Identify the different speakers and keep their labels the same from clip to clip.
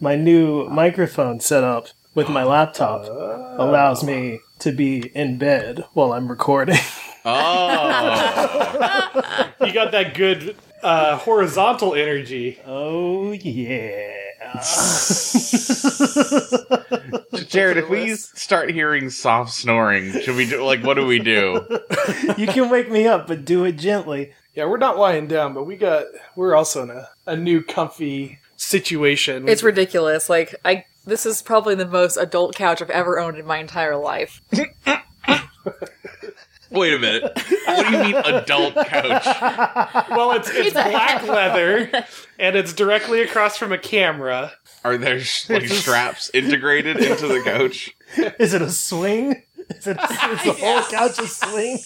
Speaker 1: my new microphone setup with my laptop allows me to be in bed while I'm recording.
Speaker 2: Oh,
Speaker 3: You got that good uh, horizontal energy.
Speaker 1: Oh yeah.
Speaker 2: Jared, if we start hearing soft snoring, should we do like what do we do?
Speaker 1: You can wake me up, but do it gently.
Speaker 3: Yeah, we're not lying down, but we got we're also in a, a new comfy situation.
Speaker 4: It's ridiculous. Like I, this is probably the most adult couch I've ever owned in my entire life.
Speaker 2: Wait a minute. What do you mean adult couch?
Speaker 3: well, it's it's black leather, and it's directly across from a camera.
Speaker 2: Are there sh- like straps integrated into the couch?
Speaker 1: Is it a swing? Is, it, is the whole couch a swing?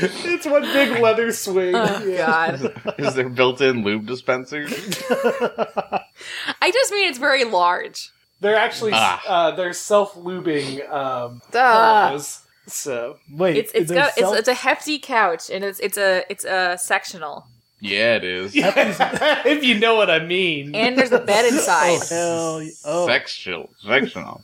Speaker 3: It's one big leather swing.
Speaker 4: Uh. Oh, God,
Speaker 2: Is there built-in lube dispensers?
Speaker 4: I just mean it's very large.
Speaker 3: They're actually
Speaker 2: Ah.
Speaker 3: uh, they're self lubing um,
Speaker 4: Ah.
Speaker 3: pillows. So
Speaker 1: Wait,
Speaker 4: Uh, It's it's
Speaker 1: is there
Speaker 4: got it's,
Speaker 1: self-
Speaker 4: it's a hefty couch and it's it's a it's a sectional
Speaker 2: Yeah, it is.
Speaker 3: if you know what I mean,
Speaker 4: and there's a bed inside.
Speaker 1: Hell, y- oh,
Speaker 2: Sexual, sectional.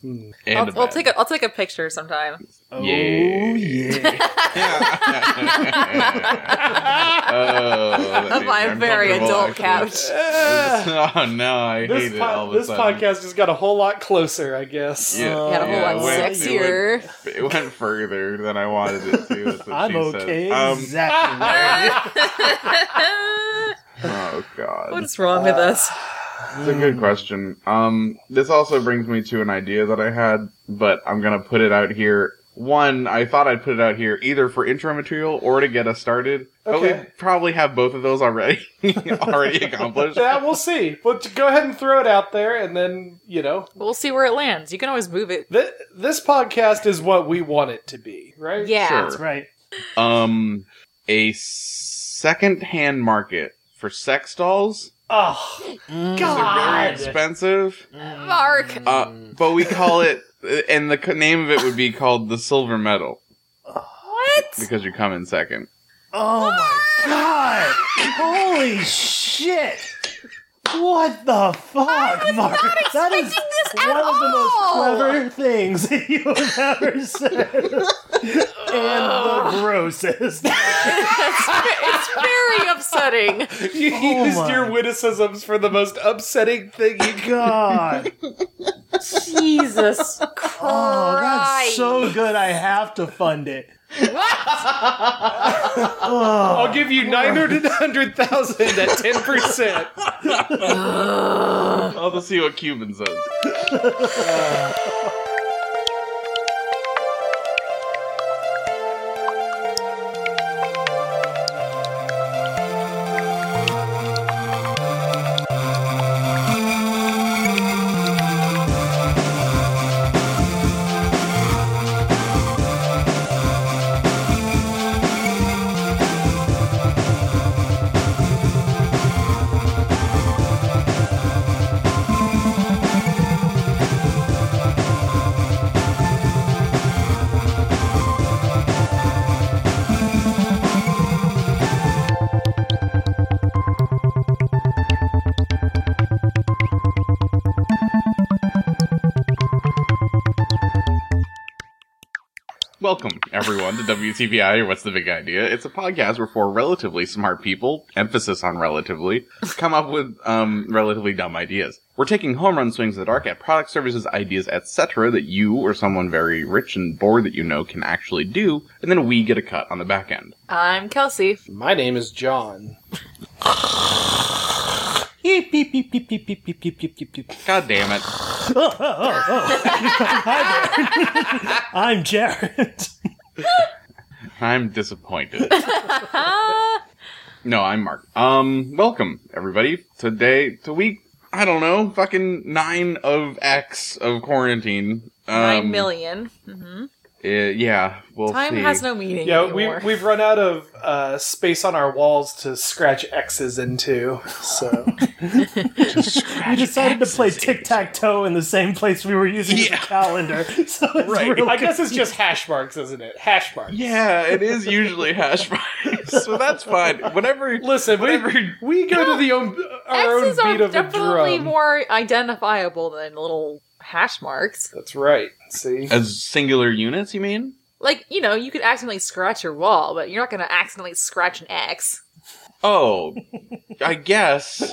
Speaker 3: Hmm.
Speaker 2: And a
Speaker 4: I'll, I'll
Speaker 2: bed.
Speaker 4: take a, I'll take a picture sometime.
Speaker 1: oh
Speaker 2: Yeah.
Speaker 1: yeah.
Speaker 2: Oh,
Speaker 4: Of my very adult couch.
Speaker 2: oh no, I
Speaker 3: this
Speaker 2: hate it
Speaker 3: po-
Speaker 2: all of a
Speaker 3: this
Speaker 2: sudden.
Speaker 3: podcast just got a whole lot closer. I guess.
Speaker 2: Yeah,
Speaker 4: Got a whole
Speaker 2: yeah,
Speaker 4: lot
Speaker 2: it went- it went-
Speaker 4: sexier.
Speaker 2: It went, further than I wanted it to. That's what
Speaker 1: I'm
Speaker 2: she
Speaker 1: okay.
Speaker 2: Said. Um,
Speaker 1: exactly.
Speaker 2: oh god.
Speaker 4: what is wrong with us?
Speaker 2: It's a
Speaker 1: Mm.
Speaker 2: good question. Um, this also brings me to an idea that I had, but I'm gonna put it out here. One, I thought I'd put it out here either for intro material or to get us started. But
Speaker 3: Okay.
Speaker 2: we probably have both of those already already accomplished.
Speaker 3: Yeah, we'll see. But go ahead and throw it out there, and then you know
Speaker 4: We'll see where it lands. You can always move it.
Speaker 3: Th- this podcast is what we want it to be, right?
Speaker 4: Yeah.
Speaker 1: That's
Speaker 2: Sure.
Speaker 1: right.
Speaker 2: Um, a second-hand market for sex dolls.
Speaker 3: Oh,
Speaker 2: They're very
Speaker 3: God.
Speaker 2: expensive.
Speaker 4: Mark.
Speaker 2: Uh, but we call it, and the c- name of it would be called the silver medal
Speaker 4: What?
Speaker 2: because you come in second.
Speaker 1: Oh my god! Holy shit! What the fuck, Mark? That is
Speaker 4: expecting this at
Speaker 1: one of the most
Speaker 4: all.
Speaker 1: clever things that you have ever said, and the grossest.
Speaker 4: it's very upsetting.
Speaker 3: You
Speaker 1: Oh
Speaker 3: used
Speaker 1: my.
Speaker 3: your witticisms for the most upsetting thing you could.
Speaker 1: God!
Speaker 4: Jesus Christ.
Speaker 1: Oh, that's so good. I have to fund it. Ah.
Speaker 3: I'll give
Speaker 1: Oh
Speaker 3: you 900,000 at 10%.
Speaker 2: Oh, let's see what Cuban says. Welcome, everyone, to WTBI, or What's the Big Idea? It's a podcast where four relatively smart people, emphasis on relatively, come up with um, relatively dumb ideas. We're taking home run swings in the dark at product services, ideas, etc., that you or someone very rich and bored that you know can actually do, and then we get a cut on the back end.
Speaker 4: I'm Kelsey.
Speaker 3: My name is John.
Speaker 1: Eep, eep, eep, eep, eep, eep, eep, eep, eep, eep, eep.
Speaker 2: God damn it.
Speaker 1: I'm Jared.
Speaker 2: I'm disappointed. no, I'm Mark. Um, welcome everybody today to week I don't know, fucking nine of X of quarantine. Um,
Speaker 4: Nine million.
Speaker 2: uh, yeah, we'll
Speaker 4: Time
Speaker 2: see.
Speaker 4: has no meaning.
Speaker 3: Yeah, we,
Speaker 4: anymore.
Speaker 3: we've run out of uh, space on our walls to scratch X's into. So,
Speaker 1: We decided to play tic tac toe in the same place we were using as a
Speaker 2: Yeah.
Speaker 1: calendar, so it's
Speaker 2: Right.
Speaker 1: real
Speaker 3: I guess it's just hash marks, isn't it? Hash marks.
Speaker 2: Yeah, it is usually hash browns. so that's fine. Whenever
Speaker 3: Listen, we, we go to the own, our own
Speaker 4: X's
Speaker 3: beat
Speaker 4: are
Speaker 3: of a
Speaker 4: definitely
Speaker 3: drum.
Speaker 4: more identifiable than little hash marks.
Speaker 3: That's right. See,
Speaker 2: as singular units, you mean?
Speaker 4: Like, you know, you could accidentally scratch your wall, but you're not going to accidentally scratch an X.
Speaker 2: Oh, I guess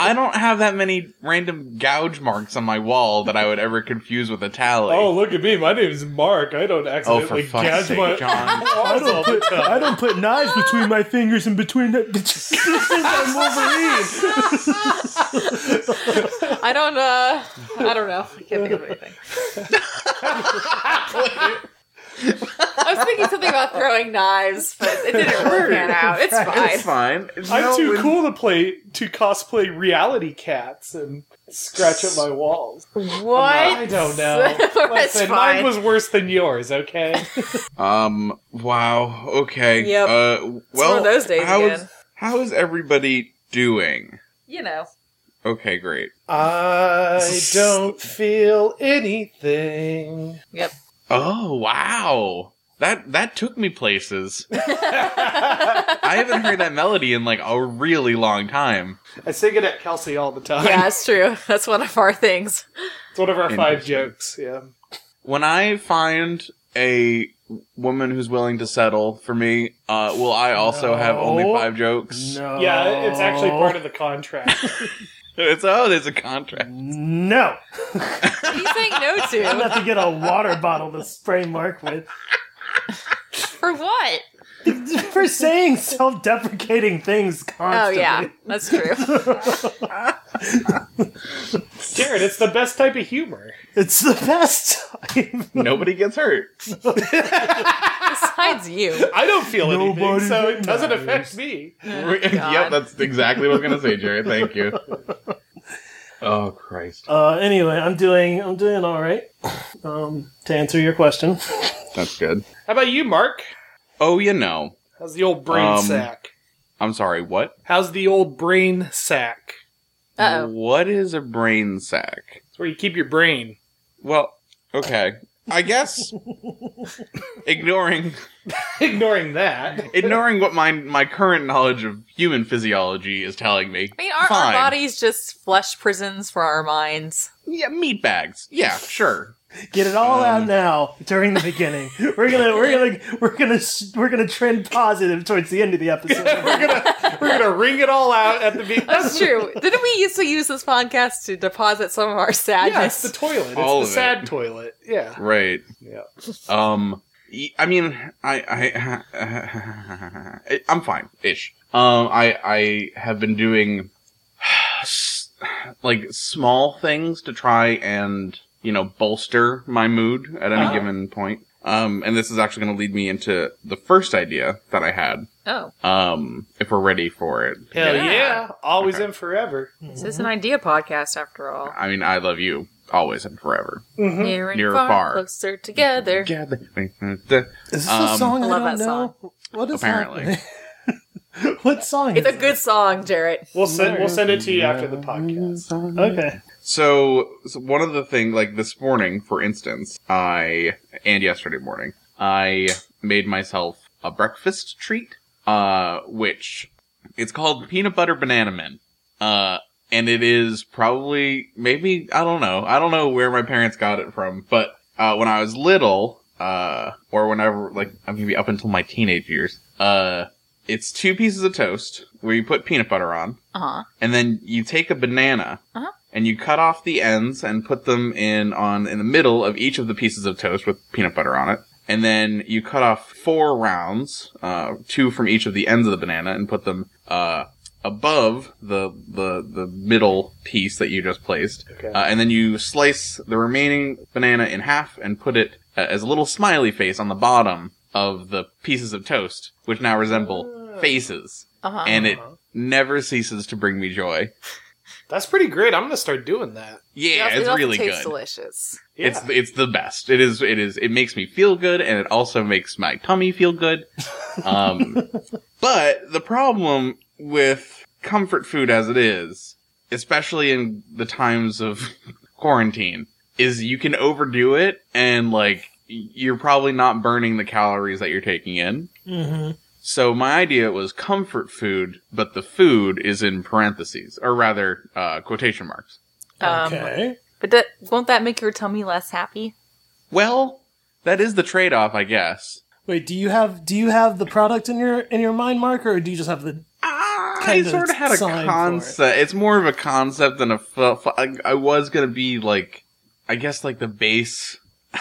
Speaker 2: I don't have that many random gouge marks on my wall that I would ever confuse with a tally.
Speaker 3: oh look at me. My name is Mark. I don't
Speaker 2: Oh, for
Speaker 3: accidentally
Speaker 2: fuck's
Speaker 3: gouge
Speaker 2: sake,
Speaker 3: my.
Speaker 2: John!
Speaker 1: I don't put I don't put knives between my fingers and between the. I'm Wolverine.
Speaker 4: I don't, uh, I don't know. I can't think of anything. I was thinking something about throwing knives, but it didn't work out. It's
Speaker 2: It's
Speaker 4: fine.
Speaker 2: fine.
Speaker 3: I'm
Speaker 2: No,
Speaker 3: too
Speaker 2: when-
Speaker 3: cool to play to cosplay reality cats and scratch at my walls.
Speaker 4: What?
Speaker 3: I don't know.
Speaker 4: it's
Speaker 3: Listen, mine
Speaker 4: fine.
Speaker 3: was worse than yours. Okay,
Speaker 2: Um. Wow. Okay.
Speaker 4: Yep.
Speaker 2: Uh, well,
Speaker 4: one of those days
Speaker 2: how
Speaker 4: again.
Speaker 2: is- how is everybody doing?
Speaker 4: you know.
Speaker 2: Okay, great.
Speaker 3: I don't feel anything.
Speaker 4: Yep.
Speaker 2: Oh wow. That that took me places. I haven't heard that melody in like a really long time.
Speaker 3: I sing it at Kelsey all the time.
Speaker 4: Yeah, it's true. That's one of our things.
Speaker 3: It's one of our five
Speaker 2: Interesting.
Speaker 3: jokes. Yeah.
Speaker 2: When I find a woman who's willing to settle for me, uh, will I also have only
Speaker 1: No.
Speaker 2: five jokes?
Speaker 1: No.
Speaker 3: Yeah, it's actually part of the contract.
Speaker 2: It's oh, there's a contract.
Speaker 1: No,
Speaker 4: What are you saying no
Speaker 1: I'm
Speaker 4: to?
Speaker 1: about to get a water bottle to spray Mark with
Speaker 4: For what?
Speaker 1: for saying self-deprecating things
Speaker 4: Oh,
Speaker 1: constantly.
Speaker 4: yeah. That's true.
Speaker 3: Jared, it's the best type of humor.
Speaker 1: It's the best. time.
Speaker 2: Nobody gets hurt.
Speaker 4: Besides you.
Speaker 3: I don't feel
Speaker 1: Nobody
Speaker 3: anything, so it doesn't
Speaker 1: matters.
Speaker 3: affect me.
Speaker 4: Oh,
Speaker 2: yep, that's exactly what I was gonna say, Jerry. Thank you. Oh Christ.
Speaker 1: uh, anyway, I'm doing I'm doing all right. Um, to answer your question,
Speaker 2: That's good.
Speaker 3: How about you, Mark?
Speaker 2: Oh, you know.
Speaker 3: How's the old brain
Speaker 2: Um,
Speaker 3: sack?
Speaker 2: I'm sorry, what?
Speaker 3: How's the old brain sack?
Speaker 4: Uh oh.
Speaker 2: What is a brain sack?
Speaker 3: It's where you keep your brain.
Speaker 2: Well, okay. I guess ignoring
Speaker 3: Ignoring that.
Speaker 2: ignoring what my my current knowledge of human physiology is telling me.
Speaker 4: I mean, aren't our
Speaker 2: fine.
Speaker 4: bodies just flesh prisons for our minds?
Speaker 2: Yeah, meat bags. Yeah, sure.
Speaker 1: get it all
Speaker 3: Um.
Speaker 1: out now during the beginning. We're gonna we're gonna we're gonna s- we're gonna trend positive towards the end of the episode.
Speaker 3: We're gonna we're gonna wring it all out at the beginning.
Speaker 4: That's true. Didn't we used to use this podcast to deposit some of our
Speaker 3: Yeah, it's
Speaker 4: sadness?
Speaker 3: the toilet. It's
Speaker 2: All
Speaker 3: the
Speaker 2: of it.
Speaker 3: sad toilet. Yeah.
Speaker 2: Right.
Speaker 3: Yeah.
Speaker 2: Um y- I mean, I I I'm fine ish. Um I I have been doing s- like small things to try and, you know, bolster my mood at any
Speaker 3: Uh-huh.
Speaker 2: given point. Um and this is actually going to lead me into the first idea that I had.
Speaker 4: oh,
Speaker 2: Um if we're ready for it.
Speaker 3: Hell
Speaker 4: Yeah.
Speaker 3: yeah. Always and forever.
Speaker 4: this is an idea podcast after all.
Speaker 2: I mean, I love you always and forever.
Speaker 3: Mm-hmm.
Speaker 4: Near and
Speaker 2: Near or
Speaker 4: far,
Speaker 2: far.
Speaker 4: closer together.
Speaker 2: Yeah.
Speaker 1: Is this
Speaker 2: Um,
Speaker 1: a song
Speaker 4: I
Speaker 1: I, don't
Speaker 4: love that
Speaker 1: know? What is
Speaker 2: Apparently.
Speaker 1: happening? what song?
Speaker 4: It's a
Speaker 1: is
Speaker 4: good song, Jarrett.
Speaker 3: We'll send we'll send it to you after the podcast.
Speaker 1: it? okay.
Speaker 2: So, so one of the thing, like this morning, for instance, I and yesterday morning, I made myself a breakfast treat, uh, which it's called peanut butter banana men, uh, and it is probably maybe I don't know, I don't know where my parents got it from, but uh, when I was little, uh, or whenever, like maybe up until my teenage years, uh, it's two pieces of toast where you put peanut butter on,
Speaker 4: Uh huh.
Speaker 2: and then you take a banana
Speaker 4: Uh-huh.
Speaker 2: and you cut off the ends and put them in on in the middle of each of the pieces of toast with peanut butter on it. And then you cut off four rounds, uh, two from each of the ends of the banana, and put them uh, above the the the middle piece that you just placed.
Speaker 3: Okay.
Speaker 2: Uh, and then you slice the remaining banana in half and put it uh, as a little smiley face on the bottom of the pieces of toast, which now resemble faces
Speaker 4: Uh huh.
Speaker 2: and it never ceases to bring me joy.
Speaker 3: That's pretty great. I'm gonna start doing that.
Speaker 2: Yeah, it's really
Speaker 4: tastes
Speaker 2: good.
Speaker 4: delicious.
Speaker 3: Yeah.
Speaker 2: It's it's the best. It is it is it makes me feel good and it also makes my tummy feel good. Um but the problem with comfort food as it is, especially in the times of quarantine, is you can overdo it and like you're probably not burning the calories that you're taking in.
Speaker 1: Mm-hmm.
Speaker 2: So my idea was comfort food, but the food is in parentheses, or rather, uh, quotation marks.
Speaker 4: Um,
Speaker 3: okay.
Speaker 4: But that, won't that make your tummy less happy?
Speaker 2: Well, that is the trade-off, I guess.
Speaker 1: Wait, do you have do you have the product in your in your mind, Mark, or do you just have the?
Speaker 2: I
Speaker 1: Kind of
Speaker 2: sort of had a
Speaker 1: sign for it.
Speaker 2: concept. It's more of a concept than a. fu- fu- I I was gonna be like, I guess like the base.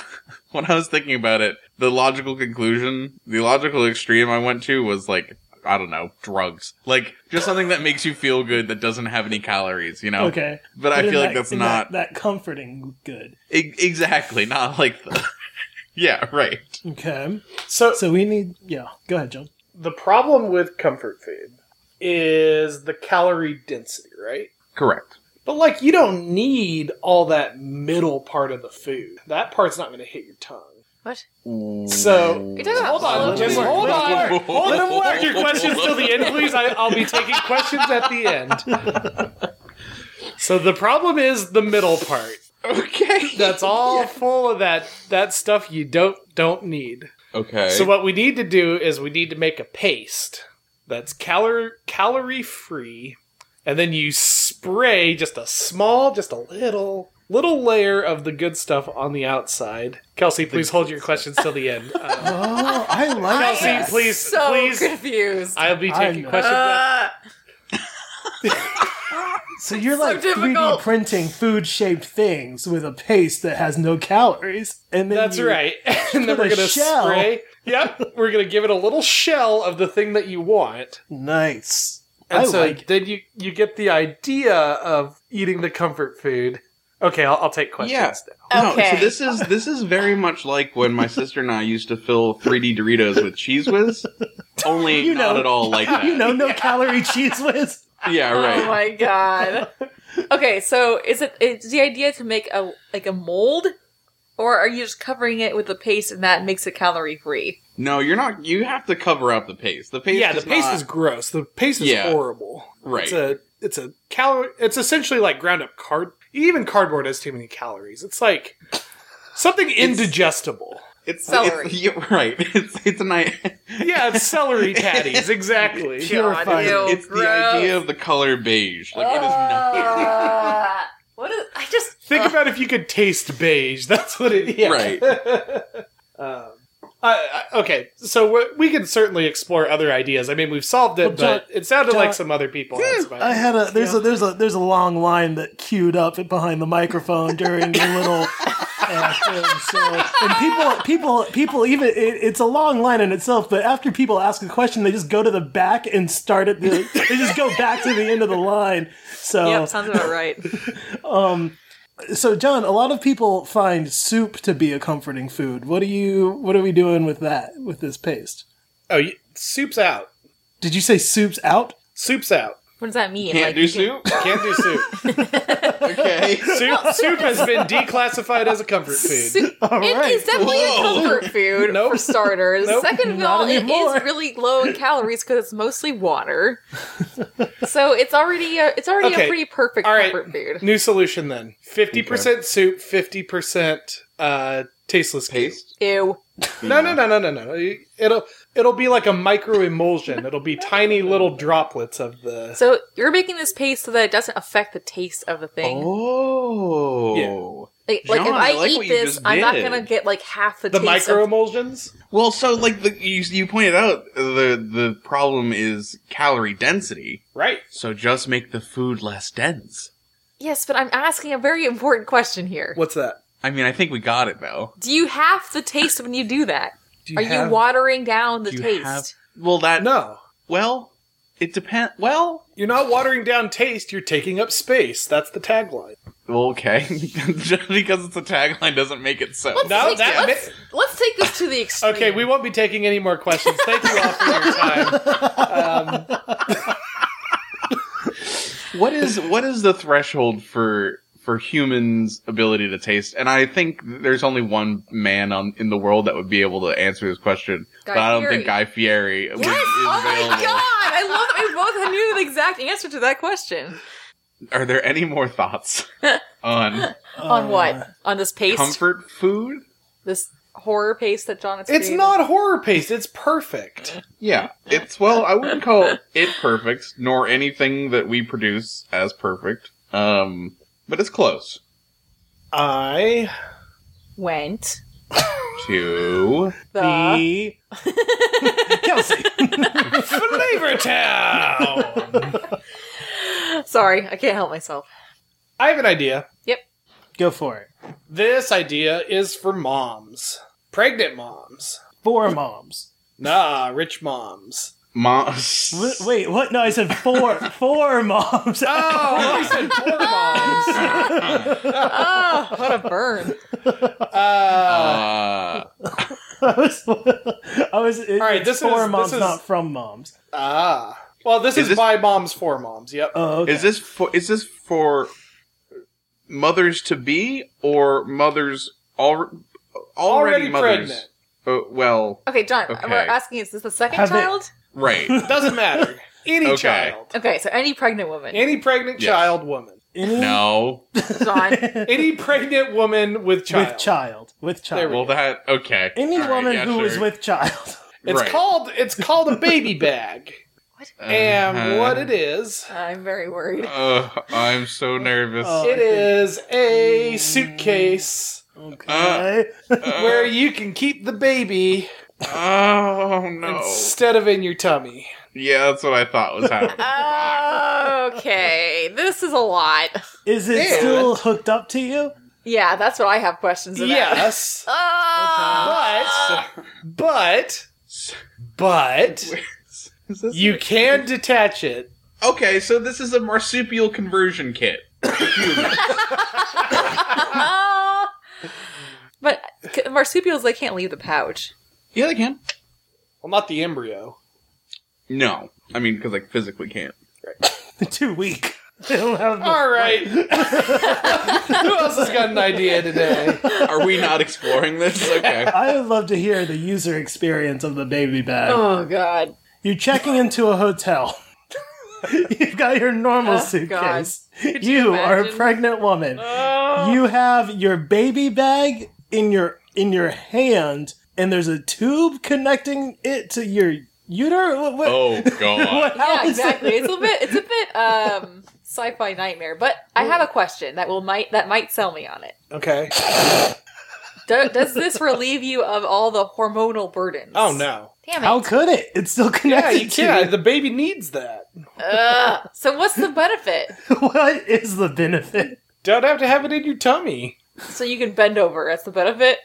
Speaker 2: when I was thinking about it, the logical conclusion, the logical extreme I went to was like, I don't know, drugs. Like just something that makes you feel good that doesn't have any calories, you know?
Speaker 1: Okay,
Speaker 2: But I
Speaker 1: in
Speaker 2: feel
Speaker 1: that-
Speaker 2: like that's
Speaker 1: in
Speaker 2: not
Speaker 1: that, that comforting good.
Speaker 2: e- exactly not like. The- yeah, right.
Speaker 1: Okay,
Speaker 3: So,
Speaker 1: so we need yeah. Go ahead, John.
Speaker 3: the problem with comfort food is the calorie density, right?
Speaker 2: Correct.
Speaker 3: But like, you don't need all that middle part of the food. That part's not going to hit your tongue.
Speaker 4: What?
Speaker 3: So
Speaker 4: You're talking about slow
Speaker 1: let him
Speaker 3: Jim,
Speaker 4: food.
Speaker 1: work,
Speaker 3: hold
Speaker 1: let him
Speaker 3: on,
Speaker 2: work.
Speaker 3: hold him work your questions till the end, please. I, I'll be taking questions at the end. So the problem is the middle part.
Speaker 2: Okay.
Speaker 3: That's all full of that that stuff you don't don't need.
Speaker 2: Okay.
Speaker 3: So what we need to do is we need to make a paste that's calor calorie free, and then you spray just a small, just a little little layer of the good stuff on the outside. Kelsey, please hold your questions till the end. Uh,
Speaker 1: Oh, I like
Speaker 3: Kelsey,
Speaker 1: that.
Speaker 3: please,
Speaker 4: so
Speaker 3: please.
Speaker 4: confused.
Speaker 3: I'll be
Speaker 1: I'm
Speaker 3: taking
Speaker 1: not-
Speaker 3: questions. at-
Speaker 4: Uh,
Speaker 1: So you're like 3D
Speaker 4: difficult.
Speaker 1: printing food shaped things with a paste that has no calories, and then
Speaker 3: That's
Speaker 1: you-
Speaker 3: right. and then
Speaker 1: put
Speaker 3: we're
Speaker 1: a
Speaker 3: gonna
Speaker 1: shell.
Speaker 3: spray. Yep, we're gonna give it a little shell of the thing that you want.
Speaker 1: Nice.
Speaker 3: And
Speaker 1: I
Speaker 3: so
Speaker 1: like.
Speaker 3: then you you get the idea of eating the comfort food. Okay, I'll, I'll take questions.
Speaker 2: Yeah.
Speaker 3: now.
Speaker 2: uh, No, so
Speaker 4: Okay.
Speaker 2: this is this is very much like when my sister and I used to fill 3D Doritos with cheese whiz, only
Speaker 1: You
Speaker 2: not
Speaker 1: know.
Speaker 2: at all like that.
Speaker 1: You know, no calorie cheese whiz.
Speaker 2: Yeah, right.
Speaker 4: Oh my god. Okay, so is it is the idea to make a like a mold, or are you just covering it with a paste and that makes it calorie free?
Speaker 2: no, you're not. You have to cover up the paste. The paste.
Speaker 3: yeah, the
Speaker 2: is
Speaker 3: paste
Speaker 2: not-
Speaker 3: is gross. The paste is
Speaker 2: Yeah.
Speaker 3: horrible.
Speaker 2: Right.
Speaker 3: It's a it's a calorie. It's essentially like ground up card. Even cardboard has too many calories. It's like something indigestible.
Speaker 2: It's
Speaker 4: Celery.
Speaker 2: It's, you're right. It's it's an i
Speaker 3: Yeah, it's celery patties. Exactly.
Speaker 1: Purified.
Speaker 4: ew,
Speaker 2: It's the
Speaker 4: gross. Oh.
Speaker 2: idea of the color beige. Like it is not
Speaker 4: Uh, what is? I just
Speaker 3: Think
Speaker 4: Ugh.
Speaker 3: about if you could taste beige. That's what it. Yeah.
Speaker 2: Right.
Speaker 3: um, I, I, okay, so we- we can certainly explore other ideas. I mean, we've solved it,
Speaker 1: Well, John-
Speaker 3: but it sounded like
Speaker 1: John-
Speaker 3: some other people. had some
Speaker 1: Hmm. I
Speaker 3: ideas.
Speaker 1: had a there's a there's a there's a long line that queued up behind the microphone during the little uh, thing. So and people people people even it, it's a long line in itself. But after people ask a question, they just go to the back and start at the they just go back to the end of the line. So
Speaker 4: Yep, sounds about right.
Speaker 1: so John, a lot of people find soup to be a comforting food. What are you what are we doing with that with this paste?
Speaker 3: Oh, you, soup's out.
Speaker 1: Did you say soup's out?
Speaker 3: Soup's out.
Speaker 4: What does that mean?
Speaker 2: can't
Speaker 4: like,
Speaker 2: do soup.
Speaker 3: Can't do soup.
Speaker 2: okay.
Speaker 3: soup. Soup has been declassified as a comfort food.
Speaker 4: soup- it
Speaker 1: right.
Speaker 4: is definitely
Speaker 2: Whoa.
Speaker 4: a comfort food
Speaker 3: Nope.
Speaker 4: for starters.
Speaker 3: Nope.
Speaker 4: Second of
Speaker 1: Not
Speaker 4: all, it
Speaker 1: anymore.
Speaker 4: is really low in calories because it's mostly water. so it's already a, it's already
Speaker 3: Okay.
Speaker 4: a pretty perfect
Speaker 3: All right.
Speaker 4: comfort food.
Speaker 3: New solution then. Fifty percent soup. Fifty percent uh, tasteless cake.
Speaker 2: Paste.
Speaker 4: Ew.
Speaker 3: No, no, no, no, no, no. It'll it'll be like a micro emulsion. It'll be tiny little droplets of the.
Speaker 4: So you're making this paste so that it doesn't affect the taste of the thing.
Speaker 2: Oh.
Speaker 3: Yeah.
Speaker 4: like, like if
Speaker 2: John, I
Speaker 4: I,
Speaker 2: like what
Speaker 4: eat
Speaker 2: you
Speaker 4: this,
Speaker 2: just
Speaker 4: I'm not
Speaker 2: did.
Speaker 4: gonna get like half the,
Speaker 3: the
Speaker 4: taste.
Speaker 3: micro
Speaker 4: of-
Speaker 3: emulsions.
Speaker 2: Well, so like the you you pointed out the the problem is calorie density.
Speaker 3: Right.
Speaker 2: So just make the food less dense.
Speaker 4: yes, but I'm asking a very important question here.
Speaker 3: What's that?
Speaker 2: I mean, I think we got it though.
Speaker 4: Do you have the taste when you do that?
Speaker 3: Do you
Speaker 4: Are
Speaker 3: have-
Speaker 4: you watering down the
Speaker 2: You
Speaker 4: taste?
Speaker 2: have- well, that
Speaker 3: No.
Speaker 2: well, it depends. Well,
Speaker 3: You're not watering down taste, you're taking up space. That's the tagline.
Speaker 2: okay. just because it's a tagline doesn't make it so.
Speaker 4: Let's,
Speaker 3: No,
Speaker 4: take,
Speaker 3: that-
Speaker 4: let's, let's take this to the extreme.
Speaker 3: Okay, we won't be taking any more questions. Thank you all for your time.
Speaker 2: What is what is the threshold for for humans' ability to taste? And I think there's only one man on in the world that would be able to answer this question,
Speaker 4: Guy
Speaker 2: but I don't
Speaker 4: Fieri.
Speaker 2: think Guy Fieri would, is
Speaker 4: Yes! Oh my
Speaker 2: available.
Speaker 4: god! I love that we both knew the exact answer to that question.
Speaker 2: Are there any more thoughts on
Speaker 3: Uh,
Speaker 4: On what? On this paste?
Speaker 2: comfort food?
Speaker 4: This horror paste that John has
Speaker 3: It's
Speaker 4: created?
Speaker 3: not horror paste. It's perfect.
Speaker 2: Yeah, it's well, I wouldn't call it perfect, nor anything that we produce as perfect. Um, but it's close
Speaker 3: I
Speaker 4: Went.
Speaker 2: to
Speaker 4: The.
Speaker 1: The Kelsey.
Speaker 3: Flavor Town.
Speaker 4: Sorry, I can't help myself.
Speaker 3: I have an idea.
Speaker 1: Go for it.
Speaker 3: This idea is for moms, pregnant moms,
Speaker 1: Four moms.
Speaker 3: nah, rich moms.
Speaker 2: mom.
Speaker 1: Wait, wait, what? No, I said four. Four moms.
Speaker 3: Oh, I said poor moms.
Speaker 4: Oh, what a burn.
Speaker 2: Uh,
Speaker 3: Uh,
Speaker 1: I was. I was it, All
Speaker 3: right,
Speaker 1: right,
Speaker 3: this
Speaker 1: this four
Speaker 3: is-
Speaker 1: moms,
Speaker 3: this is-
Speaker 1: not from moms.
Speaker 3: ah, well, this
Speaker 2: Is
Speaker 3: is,
Speaker 2: this-
Speaker 3: by moms for moms. Yep.
Speaker 1: Oh, okay.
Speaker 2: Is this for is this for mothers to be or mothers al- already
Speaker 3: Already
Speaker 2: mothers? Uh, well,
Speaker 4: Okay, John,
Speaker 2: Okay.
Speaker 4: we're asking is this the second
Speaker 1: Have they-
Speaker 4: child?
Speaker 2: right.
Speaker 3: Doesn't matter. Any
Speaker 2: Okay.
Speaker 3: child,
Speaker 4: Okay, so any pregnant woman.
Speaker 3: any pregnant
Speaker 2: Yes.
Speaker 3: child woman,
Speaker 1: Any-
Speaker 2: no.
Speaker 4: John.
Speaker 3: any pregnant woman with child.
Speaker 1: with child. With
Speaker 3: There
Speaker 1: child.
Speaker 3: we go.
Speaker 2: Well, that okay.
Speaker 1: Any
Speaker 2: All right,
Speaker 1: woman
Speaker 2: yeah,
Speaker 1: who was
Speaker 2: sure.
Speaker 1: with child.
Speaker 3: It's
Speaker 2: Right.
Speaker 3: called it's called a baby bag, and
Speaker 2: Uh-huh.
Speaker 3: what it is.
Speaker 4: I'm very worried.
Speaker 2: Uh, I'm so nervous.
Speaker 1: Oh,
Speaker 3: It is a suitcase
Speaker 1: Okay.
Speaker 2: Uh,
Speaker 3: where you can keep the baby
Speaker 2: Oh no!
Speaker 3: instead of in your tummy.
Speaker 2: Yeah, that's what I thought was happening.
Speaker 4: okay, this is a lot.
Speaker 1: is it
Speaker 3: Ew.
Speaker 1: still hooked up to you?
Speaker 4: Yeah, that's what I have questions about.
Speaker 3: Yes.
Speaker 4: Oh,
Speaker 3: But but but you can detach it.
Speaker 2: okay, so this is a marsupial conversion kit.
Speaker 4: but c- marsupials they can't leave the pouch.
Speaker 2: yeah, they can.
Speaker 3: Well, not the embryo.
Speaker 2: No, I mean because I physically can't.
Speaker 1: Too weak. They don't have the-
Speaker 3: All right. Who else has got an idea today?
Speaker 2: Are we not exploring this? Okay.
Speaker 1: I would love to hear the user experience of the baby bag.
Speaker 4: Oh God.
Speaker 1: You're checking into a hotel. You've got your normal
Speaker 4: Oh, God.
Speaker 1: suitcase. You,
Speaker 4: you
Speaker 1: are a
Speaker 4: imagine?
Speaker 1: pregnant
Speaker 3: Oh.
Speaker 1: woman.
Speaker 3: Uh,
Speaker 4: Oh.
Speaker 1: You have your baby bag in your in your hand, and there's a tube connecting it to your uterus. What, what,
Speaker 2: Oh god.
Speaker 1: what- how
Speaker 4: Yeah,
Speaker 1: is
Speaker 4: exactly.
Speaker 1: it-
Speaker 4: It's a bit. It's a bit um, sci-fi nightmare. But I have a question that will might that might sell me on it.
Speaker 3: Okay.
Speaker 4: Do, does this relieve you of all the hormonal burdens?
Speaker 3: Oh no.
Speaker 4: Damn it.
Speaker 1: How could it? It's still
Speaker 3: Yeah, you
Speaker 1: connected
Speaker 3: can.
Speaker 1: to
Speaker 3: The baby needs that.
Speaker 4: Ugh. So what's the benefit?
Speaker 1: you. What is the benefit?
Speaker 3: Don't have to have it in your tummy.
Speaker 4: So you can bend over. That's the benefit.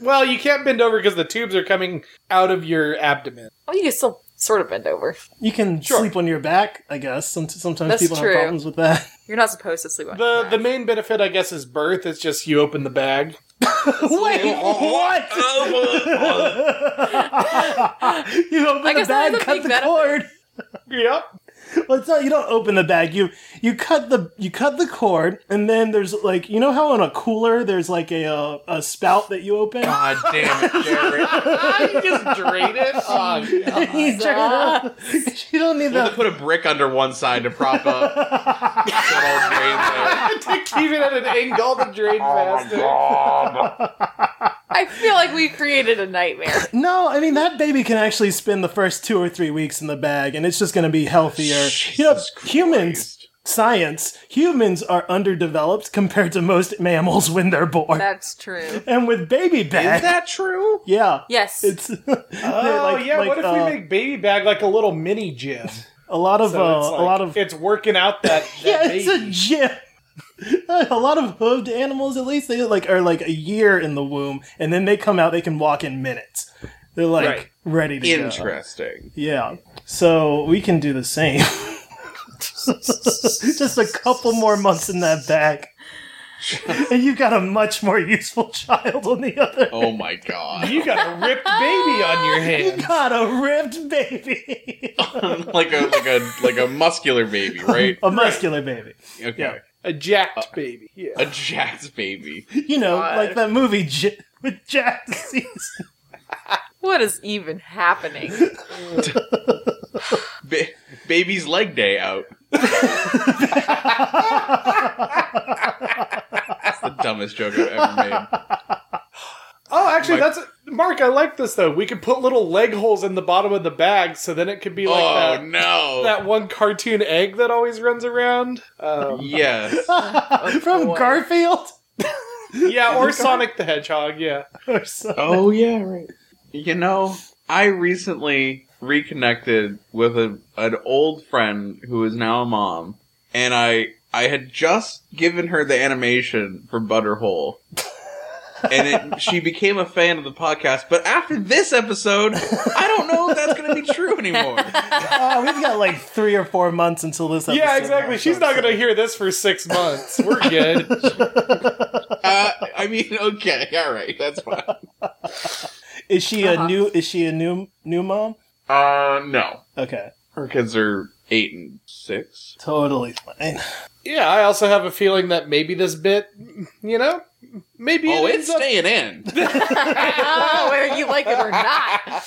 Speaker 3: Well, you can't bend over because the tubes are coming out of your abdomen.
Speaker 4: Oh, you can still sort of bend over.
Speaker 1: You can
Speaker 3: Sure.
Speaker 1: sleep on your back, I guess. Some- Sometimes
Speaker 4: That's
Speaker 1: people
Speaker 4: true.
Speaker 1: have problems with that.
Speaker 4: You're not supposed to sleep on
Speaker 3: The
Speaker 4: your
Speaker 3: the
Speaker 4: back.
Speaker 3: main benefit, I guess, is birth. It's just you open the bag.
Speaker 1: Wait, what?
Speaker 2: Oh,
Speaker 1: You
Speaker 4: I
Speaker 1: open the
Speaker 4: guess that
Speaker 1: bag,
Speaker 4: is a
Speaker 1: cut
Speaker 4: big
Speaker 1: the
Speaker 4: benefit.
Speaker 1: cord.
Speaker 3: Yep.
Speaker 1: Well, it's not. You don't open the bag. You you cut the you cut the cord, and then there's like you know how on a cooler there's like a uh, a spout that you open.
Speaker 3: Oh
Speaker 2: God damn it, Jared.
Speaker 3: you just drain it. Oh, God.
Speaker 1: you check it out. You don't need
Speaker 2: We'll
Speaker 1: that.
Speaker 2: put a brick under one side to prop up. That
Speaker 3: to keep it at an angle to drain
Speaker 2: Oh,
Speaker 3: faster.
Speaker 4: I feel like we created a nightmare.
Speaker 1: No, I mean that baby can actually spend the first two or three weeks in the bag, and it's just going to be healthier. you know,
Speaker 2: Jesus
Speaker 1: humans. Science. Humans are underdeveloped compared to most mammals when they're born,
Speaker 4: That's true.
Speaker 1: and with baby
Speaker 2: old
Speaker 1: bag,
Speaker 2: Is that true?
Speaker 1: yeah,
Speaker 4: Yes.
Speaker 1: it's. oh
Speaker 3: Oh yeah, what if we make baby bag like a little mini gym?
Speaker 1: uh, a lot of
Speaker 3: So
Speaker 1: uh,
Speaker 3: it's
Speaker 1: a
Speaker 3: like-
Speaker 1: lot of
Speaker 3: it's working out that, that
Speaker 1: yeah,
Speaker 3: baby.
Speaker 1: it's a gym. a lot of hooved animals, at least they like are like a year in the womb, and then they come out. They can walk in minutes. They're like
Speaker 3: Right.
Speaker 1: ready to go.
Speaker 2: Interesting.
Speaker 1: Yeah, so we can do the same. Just a couple more months in that bag, and you've got a much more useful child on the other.
Speaker 2: Oh my god.
Speaker 3: you got a ripped baby on your hand.
Speaker 1: Got a ripped baby,
Speaker 2: like a like a like a muscular baby, right?
Speaker 1: a muscular baby.
Speaker 2: Okay.
Speaker 1: Yeah.
Speaker 3: A jacked baby. Yeah.
Speaker 2: A jacked baby.
Speaker 1: You know,
Speaker 4: God.
Speaker 1: like that movie J- with Jack Deceased.
Speaker 4: what is even happening?
Speaker 2: Ba- baby's leg day out. That's the dumbest joke I've ever made.
Speaker 3: Oh, actually,
Speaker 2: My-
Speaker 3: that's Mark, I like this though. We could put little leg holes in the bottom of the bag, so then it could be like
Speaker 2: oh
Speaker 3: that,
Speaker 2: no!
Speaker 3: that one cartoon egg that always runs around. Um,
Speaker 2: yes.
Speaker 1: From
Speaker 4: boy.
Speaker 1: Garfield?
Speaker 3: yeah, or Sonic the Hedgehog. Yeah,
Speaker 1: Or so.
Speaker 2: oh yeah, right. You know, I recently reconnected with a, an old friend who is now a mom, and I I had just given her the animation for Butterhole. and it, she became a fan of the podcast, but after this episode, I don't know if that's going to be true anymore.
Speaker 1: Uh, we've got like three or four months until this episode.
Speaker 3: yeah, exactly.
Speaker 1: airs,
Speaker 3: She's
Speaker 1: so-
Speaker 3: not gonna hear this for six months. We're good.
Speaker 2: Uh, I mean, okay, all right, that's fine.
Speaker 1: Is she
Speaker 4: Uh-huh.
Speaker 1: a new? Is she a new new mom?
Speaker 2: Uh, no,
Speaker 1: Okay,
Speaker 2: her kids are eight and six.
Speaker 1: totally fine.
Speaker 3: yeah, I also have a feeling that maybe this bit, you know, maybe
Speaker 2: Oh,
Speaker 3: it
Speaker 2: it's
Speaker 3: ends up-
Speaker 2: staying in.
Speaker 4: Whether you like it or not.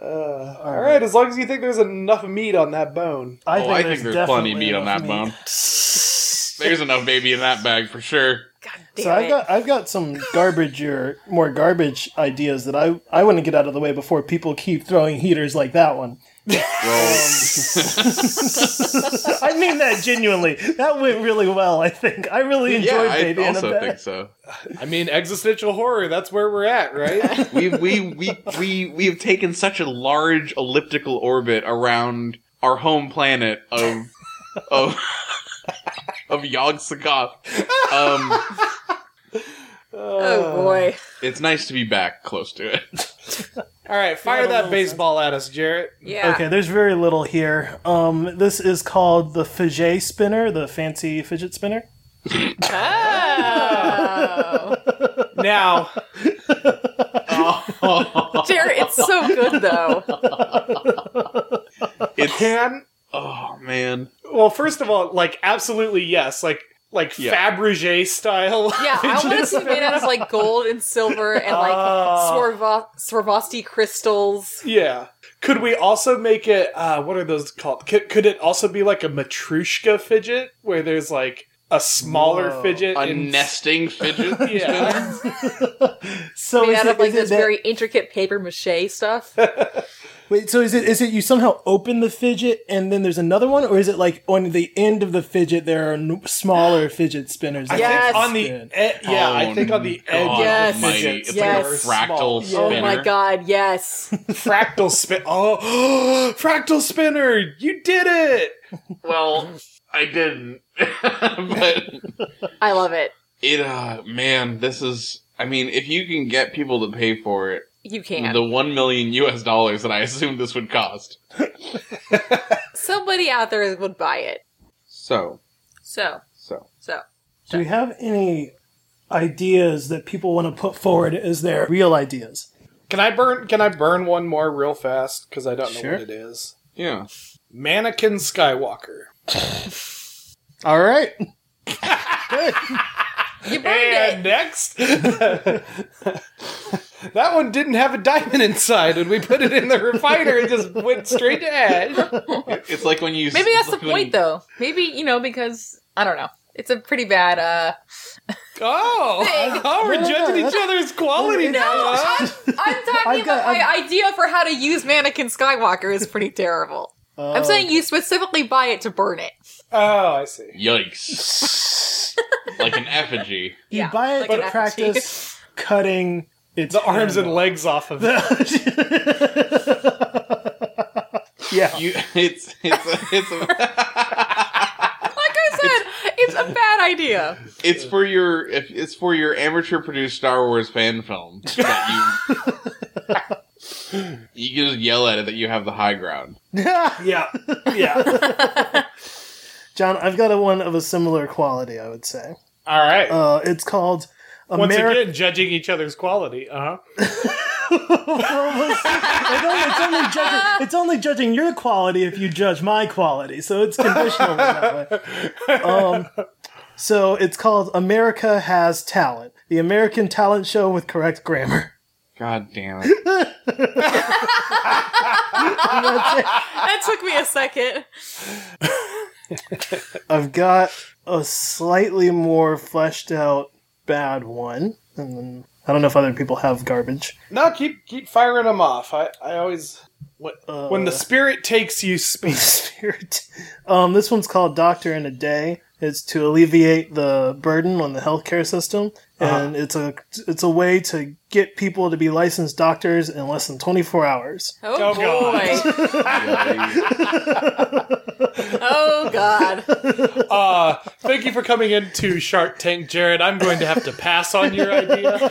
Speaker 3: Uh, all right, as long as you think there's enough meat on that bone.
Speaker 1: I
Speaker 2: oh, I think
Speaker 1: there's
Speaker 2: there's plenty
Speaker 1: definitely
Speaker 2: meat on
Speaker 1: enough
Speaker 2: that
Speaker 1: meat.
Speaker 2: bone. There's enough baby in that bag for sure.
Speaker 4: God damn
Speaker 1: So I've
Speaker 4: it.
Speaker 1: got I've got some garbage or more garbage ideas that I I want to get out of the way before people keep throwing heaters like that one. Um, I mean that genuinely. That went really well. I think I really
Speaker 2: yeah,
Speaker 1: enjoyed
Speaker 2: I
Speaker 1: Baby in a
Speaker 2: also
Speaker 1: Bag.
Speaker 2: think so.
Speaker 3: I mean, existential horror. That's where we're at, right?
Speaker 2: We we we we we've taken such a large elliptical orbit around our home planet of of of Yog Sagoth. Um,
Speaker 4: Oh boy.
Speaker 2: it's nice to be back close to it.
Speaker 3: All right, fire
Speaker 1: Got a
Speaker 3: that
Speaker 1: little-
Speaker 3: baseball at us, Jarrett.
Speaker 4: Yeah.
Speaker 1: Okay, there's very little here. Um, this is called the Fidget Spinner, the fancy fidget spinner.
Speaker 4: Oh.
Speaker 3: Now,
Speaker 2: Oh,
Speaker 4: Jared, it's so good though.
Speaker 2: It's
Speaker 3: can
Speaker 2: oh man.
Speaker 3: well, first of all, like absolutely yes, like like
Speaker 2: Yeah.
Speaker 3: Fabergé style.
Speaker 4: Yeah, I want it to be made out of like gold and silver and like
Speaker 1: Ah.
Speaker 4: Swarvo- Swarovski crystals.
Speaker 3: Yeah. Could we also make it? Uh, what are those called? Could, could it also be like a matrushka fidget, where there's like a smaller
Speaker 1: Whoa.
Speaker 3: fidget?
Speaker 2: A
Speaker 3: in-
Speaker 2: nesting fidget.
Speaker 3: Yeah.
Speaker 1: So
Speaker 4: Made
Speaker 1: is
Speaker 4: out
Speaker 1: it-
Speaker 4: of like
Speaker 1: is it
Speaker 4: this
Speaker 1: that-
Speaker 4: very intricate paper mache stuff. Oh
Speaker 1: Wait, so is it is it you somehow open the fidget and then there's another one, or is it like on the end of the fidget there are n- smaller fidget spinners?
Speaker 4: I Yes.
Speaker 3: on the
Speaker 1: Good.
Speaker 3: e- yeah, I
Speaker 2: Oh,
Speaker 3: think on the
Speaker 2: God
Speaker 3: edge.
Speaker 4: Yes.
Speaker 2: almighty.
Speaker 3: Fidgets
Speaker 2: It's
Speaker 4: Yes.
Speaker 2: like a fractal
Speaker 3: Small.
Speaker 4: Oh
Speaker 2: spinner.
Speaker 4: my god, yes.
Speaker 3: fractal spin. Oh, fractal spinner! You did it.
Speaker 2: Well, I didn't, but
Speaker 4: I love it.
Speaker 2: it. Uh, man, this is. I mean, if you can get people to pay for it,
Speaker 4: You can.
Speaker 2: the one million U.S. dollars that I assume this would cost.
Speaker 4: Somebody out there would buy it.
Speaker 2: So,
Speaker 4: So,
Speaker 2: so
Speaker 4: so.
Speaker 1: Do we have any ideas that people want to put forward as their real ideas?
Speaker 3: Can I burn? Can I burn one more real fast? Because I don't know
Speaker 1: Sure.
Speaker 3: what it is.
Speaker 2: yeah.
Speaker 3: Mannequin Skywalker.
Speaker 1: All right.
Speaker 4: You burned
Speaker 3: And
Speaker 4: it.
Speaker 3: next, that one didn't have a diamond inside, and we put it in the refiner. It just went straight to ash.
Speaker 2: It's like when you.
Speaker 4: Maybe that's the
Speaker 2: like when-
Speaker 4: point though. Maybe, you know, because I don't know. It's a pretty bad uh
Speaker 3: Oh,
Speaker 4: Thanks.
Speaker 3: oh, we're
Speaker 1: No, no,
Speaker 3: judging
Speaker 1: no,
Speaker 3: each other's quality
Speaker 4: No,
Speaker 3: now. huh?
Speaker 4: I'm, I'm talking
Speaker 1: I've got-
Speaker 4: about my
Speaker 1: I've-
Speaker 4: idea for how to use Mannequin Skywalker is pretty terrible.
Speaker 1: Um,
Speaker 4: I'm saying you specifically buy it to burn it.
Speaker 3: Oh, I see.
Speaker 2: Yikes! like an effigy.
Speaker 1: you
Speaker 4: Yeah,
Speaker 1: buy it
Speaker 4: like
Speaker 1: to
Speaker 4: an effigy.
Speaker 1: practice cutting its
Speaker 3: The arms and
Speaker 1: handle.
Speaker 3: legs off of it.
Speaker 1: yeah.
Speaker 2: You. It's. It's. A, it's. A,
Speaker 4: Like I said, it's a bad idea.
Speaker 2: it's for your. If it's for your amateur produced Star Wars fan film that you. You can just yell at it that you have the high ground.
Speaker 3: Yeah, yeah.
Speaker 1: John, I've got a one of a similar quality, I would say.
Speaker 3: All right.
Speaker 1: Uh, it's called
Speaker 3: Once
Speaker 1: American.
Speaker 3: again, judging each other's quality. Uh huh.
Speaker 1: it's, only judging, it's only judging your quality if you judge my quality, so it's conditional in that way. Um, so it's called America Has Talent, the American talent show with correct grammar.
Speaker 2: God damn it.
Speaker 4: That took me a second.
Speaker 1: I've got a slightly more fleshed out bad one, and then I don't know if other people have garbage.
Speaker 3: No, keep keep firing them off. I, I always what,
Speaker 1: Uh,
Speaker 3: when the spirit takes you, space.
Speaker 1: spirit. Um, this one's called Doctor in a Day. It's to alleviate the burden on the healthcare system, and it's a it's a way to get people to be licensed doctors in less than 24 hours.
Speaker 4: Oh,
Speaker 3: Oh,
Speaker 4: boy.
Speaker 3: God.
Speaker 4: oh god.
Speaker 3: Uh, thank you for coming into Shark Tank, Jared. I'm going to have to pass on your idea.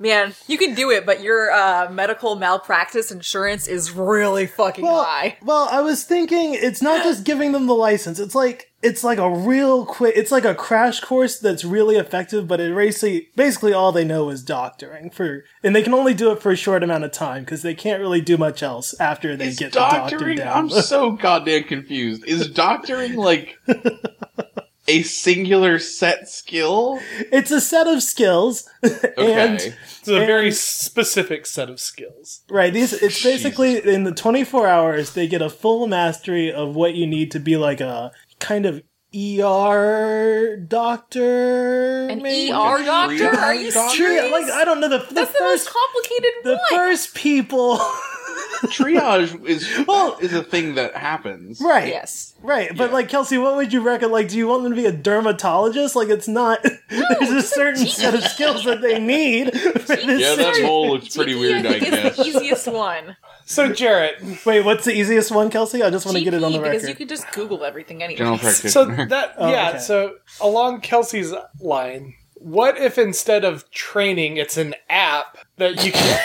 Speaker 4: Man, you can do it, but your uh, medical malpractice insurance is really fucking
Speaker 1: Well,
Speaker 4: high.
Speaker 1: well, I was thinking it's not just giving them the license. It's like it's like a real quick. It's like a crash course that's really effective, but it basically basically all they know is doctoring for, and they can only do it for a short amount of time because they can't really do much else after they
Speaker 2: Is
Speaker 1: get the doctor
Speaker 2: doctoring?
Speaker 1: down.
Speaker 2: I'm so goddamn confused. Is doctoring like a singular set skill?
Speaker 1: It's a set of skills, and
Speaker 3: It's a very
Speaker 1: And-
Speaker 3: specific set of skills.
Speaker 1: right, these it's basically in the 24 hours they get a full mastery of what you need to be like a kind of ER doctor.
Speaker 4: An
Speaker 1: maybe?
Speaker 4: ER doctor? Are you
Speaker 2: Doctor?
Speaker 1: Tri-
Speaker 4: serious?
Speaker 1: like I don't know the, the
Speaker 4: That's the
Speaker 1: first
Speaker 4: most complicated
Speaker 1: the
Speaker 4: one.
Speaker 1: first people.
Speaker 2: triage is well is a thing that happens.
Speaker 1: right.
Speaker 4: yes.
Speaker 1: Right, but
Speaker 2: Yeah.
Speaker 1: like Kelsey, what would you reckon? Like, do you want them to be a dermatologist? Like, it's not. there's a certain set of skills that they need. For this
Speaker 2: Yeah, that
Speaker 1: situ-
Speaker 2: mole looks pretty
Speaker 4: GP,
Speaker 2: weird. I
Speaker 4: think, is
Speaker 2: guess.
Speaker 4: the easiest one.
Speaker 3: So, Jared,
Speaker 1: Wait, what's the easiest one, Kelsey? I just want to get it on the
Speaker 4: GP,
Speaker 1: record.
Speaker 4: because you could just Google everything anyway.
Speaker 2: General practitioner.
Speaker 3: so that
Speaker 1: Oh,
Speaker 3: yeah.
Speaker 1: okay.
Speaker 3: So along Kelsey's line, what if instead of training, it's an app that you can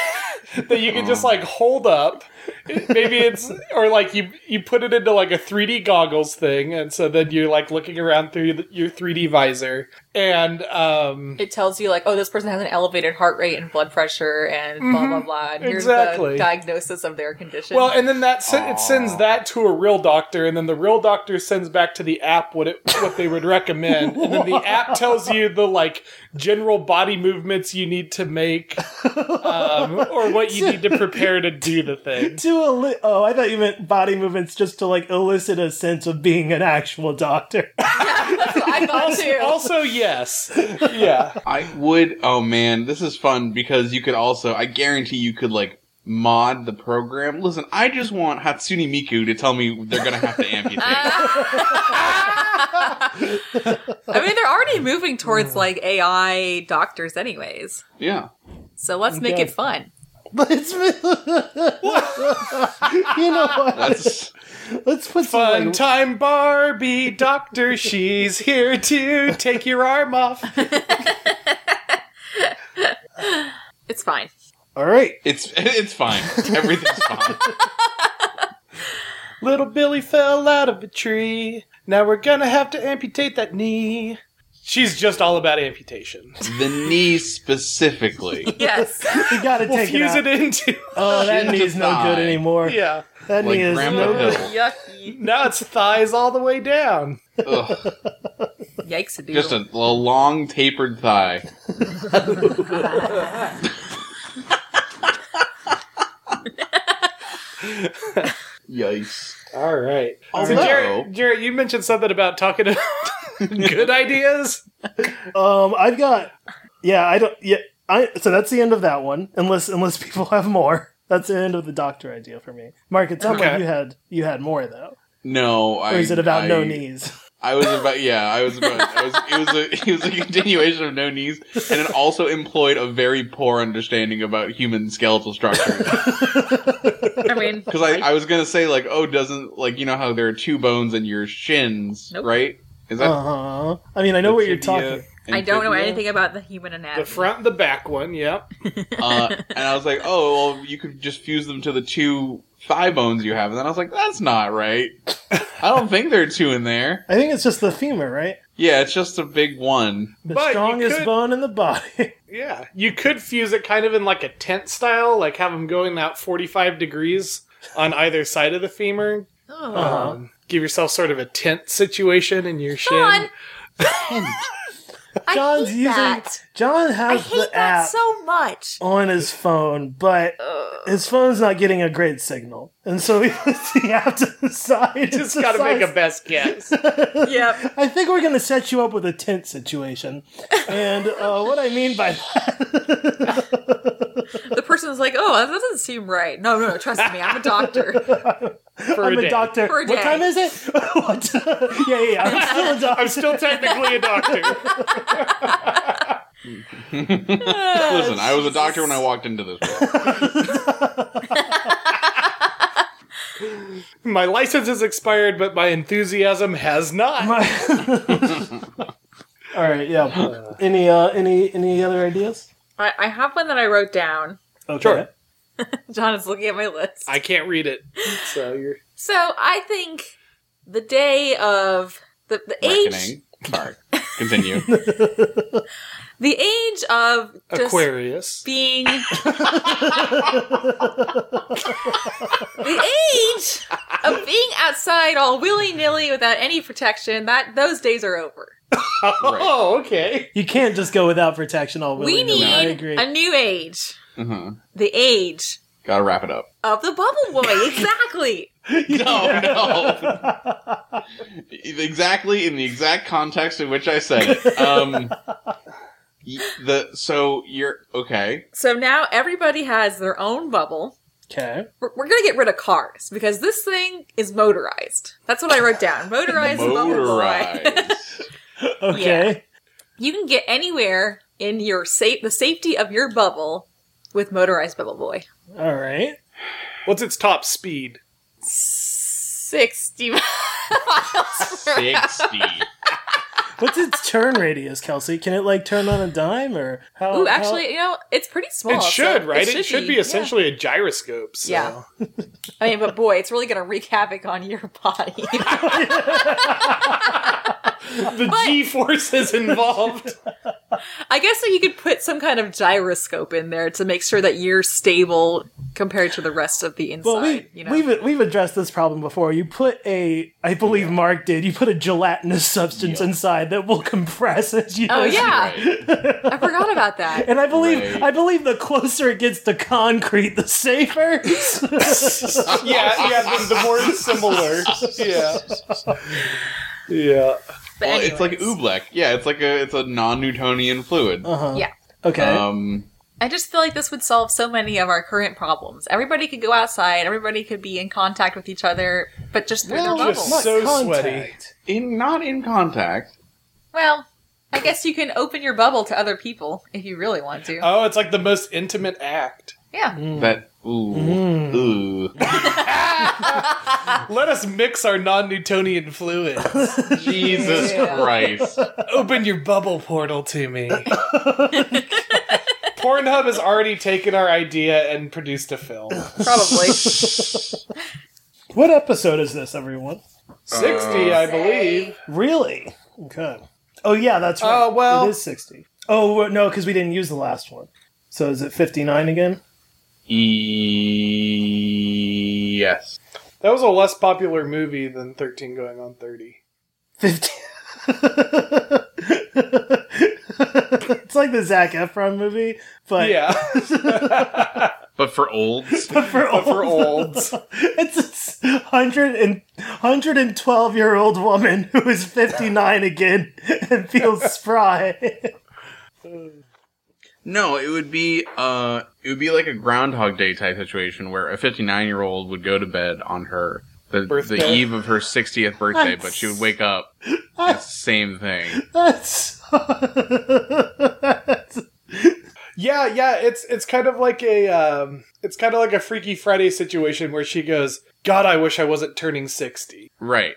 Speaker 3: that you can just like hold up? Maybe it's or like you you put it into like a 3D goggles thing, and so then you're like looking around through the, your 3D visor, and um,
Speaker 4: It tells you like, oh, this person has an elevated heart rate and blood pressure and blah
Speaker 1: Mm-hmm.
Speaker 4: blah blah. And here's
Speaker 3: exactly.
Speaker 4: the diagnosis of their condition.
Speaker 3: Well, and then that sen- it sends that to a real doctor, and then the real doctor sends back to the app what it what they would recommend, and then the app tells you the like general body movements you need to make, um, or what you need to prepare to do the thing.
Speaker 1: to elli- oh, I thought you meant body movements just to like elicit a sense of being an actual doctor.
Speaker 4: that's what I thought too.
Speaker 3: Also, yes, yeah,
Speaker 2: I would. Oh man, this is fun because you could also. I guarantee you could like mod the program. Listen, I just want Hatsune Miku to tell me they're gonna have to amputate.
Speaker 4: I mean, they're already moving
Speaker 1: Mm.
Speaker 4: towards like AI doctors, anyways.
Speaker 2: yeah.
Speaker 4: So let's make
Speaker 1: Okay.
Speaker 4: it fun.
Speaker 1: Let's you know what?
Speaker 2: That's
Speaker 1: Let's put some
Speaker 3: fun
Speaker 1: like,
Speaker 3: time, Barbie doctor. She's here to take your arm off.
Speaker 4: It's fine.
Speaker 1: all right.
Speaker 2: it's it's fine. Everything's fine.
Speaker 3: Little Billy fell out of a tree. Now we're gonna have to amputate that knee. She's just all about amputation.
Speaker 2: The knee specifically.
Speaker 4: Yes.
Speaker 1: You gotta
Speaker 3: We'll
Speaker 1: take it,
Speaker 3: fuse
Speaker 1: out.
Speaker 3: it, into.
Speaker 1: Oh, that
Speaker 2: Into
Speaker 1: knee's no good
Speaker 2: thigh.
Speaker 1: anymore.
Speaker 3: yeah.
Speaker 1: That
Speaker 2: Like
Speaker 1: knee is
Speaker 2: Grandpa
Speaker 1: no good.
Speaker 2: Hill.
Speaker 4: Yucky.
Speaker 3: Now it's thighs all the way down.
Speaker 2: Ugh,
Speaker 4: Yikes! A
Speaker 2: just a, a long tapered thigh. Yikes.
Speaker 3: All right.
Speaker 2: Although-
Speaker 3: so, Jared, Jared, you mentioned something about talking about good ideas.
Speaker 1: Um, I've got. Yeah, I don't. Yeah, I. So that's the end of that one. Unless unless people have more. That's the end of the doctor idea for me. Mark, it sounded
Speaker 3: Okay.
Speaker 1: like you had you had more though.
Speaker 2: No, I.
Speaker 1: Or is it about no
Speaker 2: I-
Speaker 1: knees?
Speaker 2: I was about yeah, I was about I was, it was a it was a continuation of no knees, and it also employed a very poor understanding about human skeletal structure.
Speaker 4: I mean,
Speaker 2: Because I, I was gonna say like, oh, doesn't like you know how there are two bones in your shins,
Speaker 4: Nope.
Speaker 2: right? Is that
Speaker 1: Uh huh. I mean, I know what you're
Speaker 2: tibia
Speaker 1: talking.
Speaker 2: and
Speaker 4: I don't know
Speaker 2: fibula?
Speaker 4: anything about the human anatomy.
Speaker 3: The front and the back one, yep.
Speaker 2: Uh, and I was like, oh, well, you could just fuse them to the two thigh bones you have. And then I was like, that's not right. I don't think there are two in there.
Speaker 1: I think it's just the femur, right?
Speaker 2: Yeah, it's just a big one.
Speaker 1: The
Speaker 3: But you
Speaker 1: strongest
Speaker 3: could-
Speaker 1: bone in the body.
Speaker 3: Yeah. You could fuse it kind of in like a tent style, like have them going out 45 degrees on either side of the femur.
Speaker 4: Oh.
Speaker 1: Uh-huh.
Speaker 3: Um, give yourself sort of a tent situation in your shin.
Speaker 4: Sean,
Speaker 5: I
Speaker 1: John's
Speaker 5: hate
Speaker 1: using
Speaker 5: that.
Speaker 1: John
Speaker 5: I
Speaker 1: has
Speaker 5: hate
Speaker 1: the
Speaker 5: that
Speaker 1: app
Speaker 5: so much.
Speaker 1: on his phone, but his phone's not getting a great signal, and so he puts the app to the side.
Speaker 3: Just gotta make a best guess.
Speaker 4: Yep.
Speaker 1: I think we're going to set you up with a tent situation, and uh, what I mean by that.
Speaker 4: The person's like, oh, that doesn't seem right. No, no, trust me, I'm a doctor.
Speaker 3: For
Speaker 1: I'm
Speaker 3: a
Speaker 1: a,
Speaker 3: day.
Speaker 1: doctor.
Speaker 4: For a
Speaker 1: what
Speaker 4: day.
Speaker 1: time is it? what? yeah, yeah, yeah. I'm still a doctor.
Speaker 3: I'm still technically a doctor.
Speaker 2: Listen, I was a doctor when I walked into this world.
Speaker 3: My license has expired, but my enthusiasm has not.
Speaker 1: My- All right. Yeah. Any uh, any any other ideas?
Speaker 4: I, I have one that I wrote down.
Speaker 1: Okay.
Speaker 3: Sure.
Speaker 4: John is looking at my list.
Speaker 3: I can't read it. So you're
Speaker 4: so I think the day of the, the age
Speaker 2: Reckoning. Sorry. Continue.
Speaker 4: the age of just
Speaker 3: Aquarius.
Speaker 4: being the age of being outside all willy nilly without any protection. That those days are over.
Speaker 3: Oh, okay.
Speaker 1: You can't just go without protection all willy
Speaker 4: we need
Speaker 1: I agree.
Speaker 4: a new age.
Speaker 2: hmm
Speaker 4: The age
Speaker 2: Gotta wrap it up.
Speaker 4: of the bubble boy. Exactly.
Speaker 2: No, no. exactly in the exact context in which I said it. Um, y- the so you're okay.
Speaker 4: so now everybody has their own bubble.
Speaker 1: okay.
Speaker 4: We're, we're gonna get rid of cars because this thing is motorized. That's what I wrote down. Motorized, bubble boy.
Speaker 2: Motorized.
Speaker 1: Okay.
Speaker 4: you can get anywhere in your safe the safety of your bubble with motorized bubble boy.
Speaker 1: All right.
Speaker 3: What's its top speed?
Speaker 4: Sixty miles per hour.
Speaker 2: Sixty.
Speaker 1: What's its turn radius, Kelsey? Can it like turn on a dime or how?
Speaker 4: Ooh,
Speaker 1: how-
Speaker 4: actually, you know, it's pretty small.
Speaker 3: Oh, it
Speaker 4: so
Speaker 3: should, right? It should, be,
Speaker 4: yeah.
Speaker 3: essentially a gyroscope. So.
Speaker 4: Yeah. I mean, but boy, it's really gonna wreak havoc on your body.
Speaker 3: The
Speaker 4: But-
Speaker 3: G forces involved.
Speaker 4: I guess that you could put some kind of gyroscope in there to make sure that you're stable compared to the rest of the inside.
Speaker 1: Well, we,
Speaker 4: you know,
Speaker 1: we've we've addressed this problem before. You put a, I believe Mark did. You put a gelatinous substance
Speaker 2: Yeah.
Speaker 1: inside that will compress as you.
Speaker 4: Oh, yeah.
Speaker 2: Right.
Speaker 4: I forgot about that.
Speaker 1: And I believe
Speaker 2: Right.
Speaker 1: I believe the closer it gets to concrete, the safer.
Speaker 3: yeah, yeah, the, the more it's similar. Yeah. Yeah.
Speaker 4: But
Speaker 2: Well, it's like
Speaker 4: anyways.
Speaker 2: oobleck. Yeah, it's like a it's a non-Newtonian fluid.
Speaker 1: uh-huh.
Speaker 4: Yeah.
Speaker 1: Okay.
Speaker 2: Um,
Speaker 4: I just feel like this would solve so many of our current problems. Everybody could go outside, everybody could be in contact with each other, but just through
Speaker 2: Well,
Speaker 4: their
Speaker 3: just
Speaker 4: bubble.
Speaker 3: so- sweaty.
Speaker 2: in not in contact.
Speaker 4: well, I guess you can open your bubble to other people if you really want to.
Speaker 3: Oh, it's like the most intimate act.
Speaker 4: yeah.
Speaker 2: That ooh
Speaker 1: Mm.
Speaker 2: ooh.
Speaker 3: Let us mix our non Newtonian fluid.
Speaker 2: Jesus
Speaker 4: Yeah.
Speaker 2: Christ.
Speaker 3: Open your bubble portal to me. Pornhub has already taken our idea and produced a film.
Speaker 4: Probably.
Speaker 1: What episode is this, everyone?
Speaker 3: 60, I believe.
Speaker 1: Really? Okay. Oh yeah, that's right.
Speaker 3: Oh, well-
Speaker 1: it is sixty. Oh well, no, because we didn't use the last one. So is it fifty nine again?
Speaker 2: E- yes.
Speaker 3: That was a less popular movie than 13 Going on 30.
Speaker 1: Fifty. it's like the Zac Efron movie, but
Speaker 3: Yeah.
Speaker 2: But for olds.
Speaker 1: but for
Speaker 3: But for
Speaker 1: old.
Speaker 3: olds.
Speaker 1: It's a hundred and hundred and twelve year old woman who is fifty nine again and feels spry.
Speaker 2: No, it would be uh it would be like a groundhog day type situation where a 59-year-old would go to bed on her the, the
Speaker 3: Birthday.
Speaker 2: eve of her 60th birthday, but she would wake up it's the same thing.
Speaker 1: That's. that's
Speaker 3: Yeah, yeah, it's it's kind of like a um, it's kind of like a Freaky Friday situation where she goes, "God, I wish I wasn't turning 60."
Speaker 2: Right.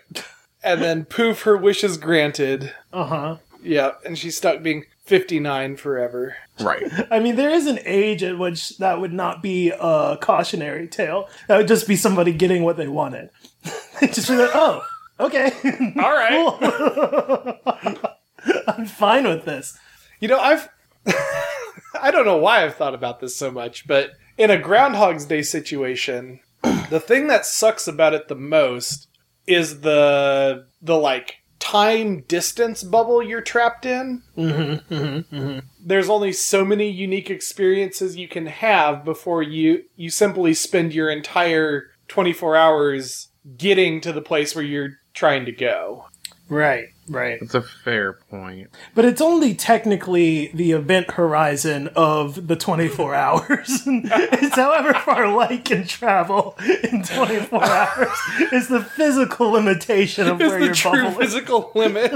Speaker 3: And then poof, her wish is granted.
Speaker 1: uh huh.
Speaker 3: Yeah, and she's stuck being 59 forever.
Speaker 2: Right.
Speaker 1: I mean, there is an age at which that would not be a cautionary tale. That would just be somebody getting what they wanted. They'd just be like, oh, okay.
Speaker 3: All right.
Speaker 1: Cool. I'm fine with this.
Speaker 3: You know, I've I don't know why I've thought about this so much, but in a Groundhog's Day situation, the thing that sucks about it the most is the the like time distance bubble you're trapped in.
Speaker 1: Mm-hmm, mm-hmm, mm-hmm.
Speaker 3: There's only so many unique experiences you can have before you you simply spend your entire 24 hours getting to the place where you're trying to go.
Speaker 1: Right, right.
Speaker 2: That's a fair point.
Speaker 1: But it's only technically the event horizon of the 24 hours. it's however far light can travel in 24 hours. It's the physical limitation of
Speaker 3: Is
Speaker 1: where
Speaker 3: the
Speaker 1: your
Speaker 3: true
Speaker 1: bubble is.
Speaker 3: physical limit.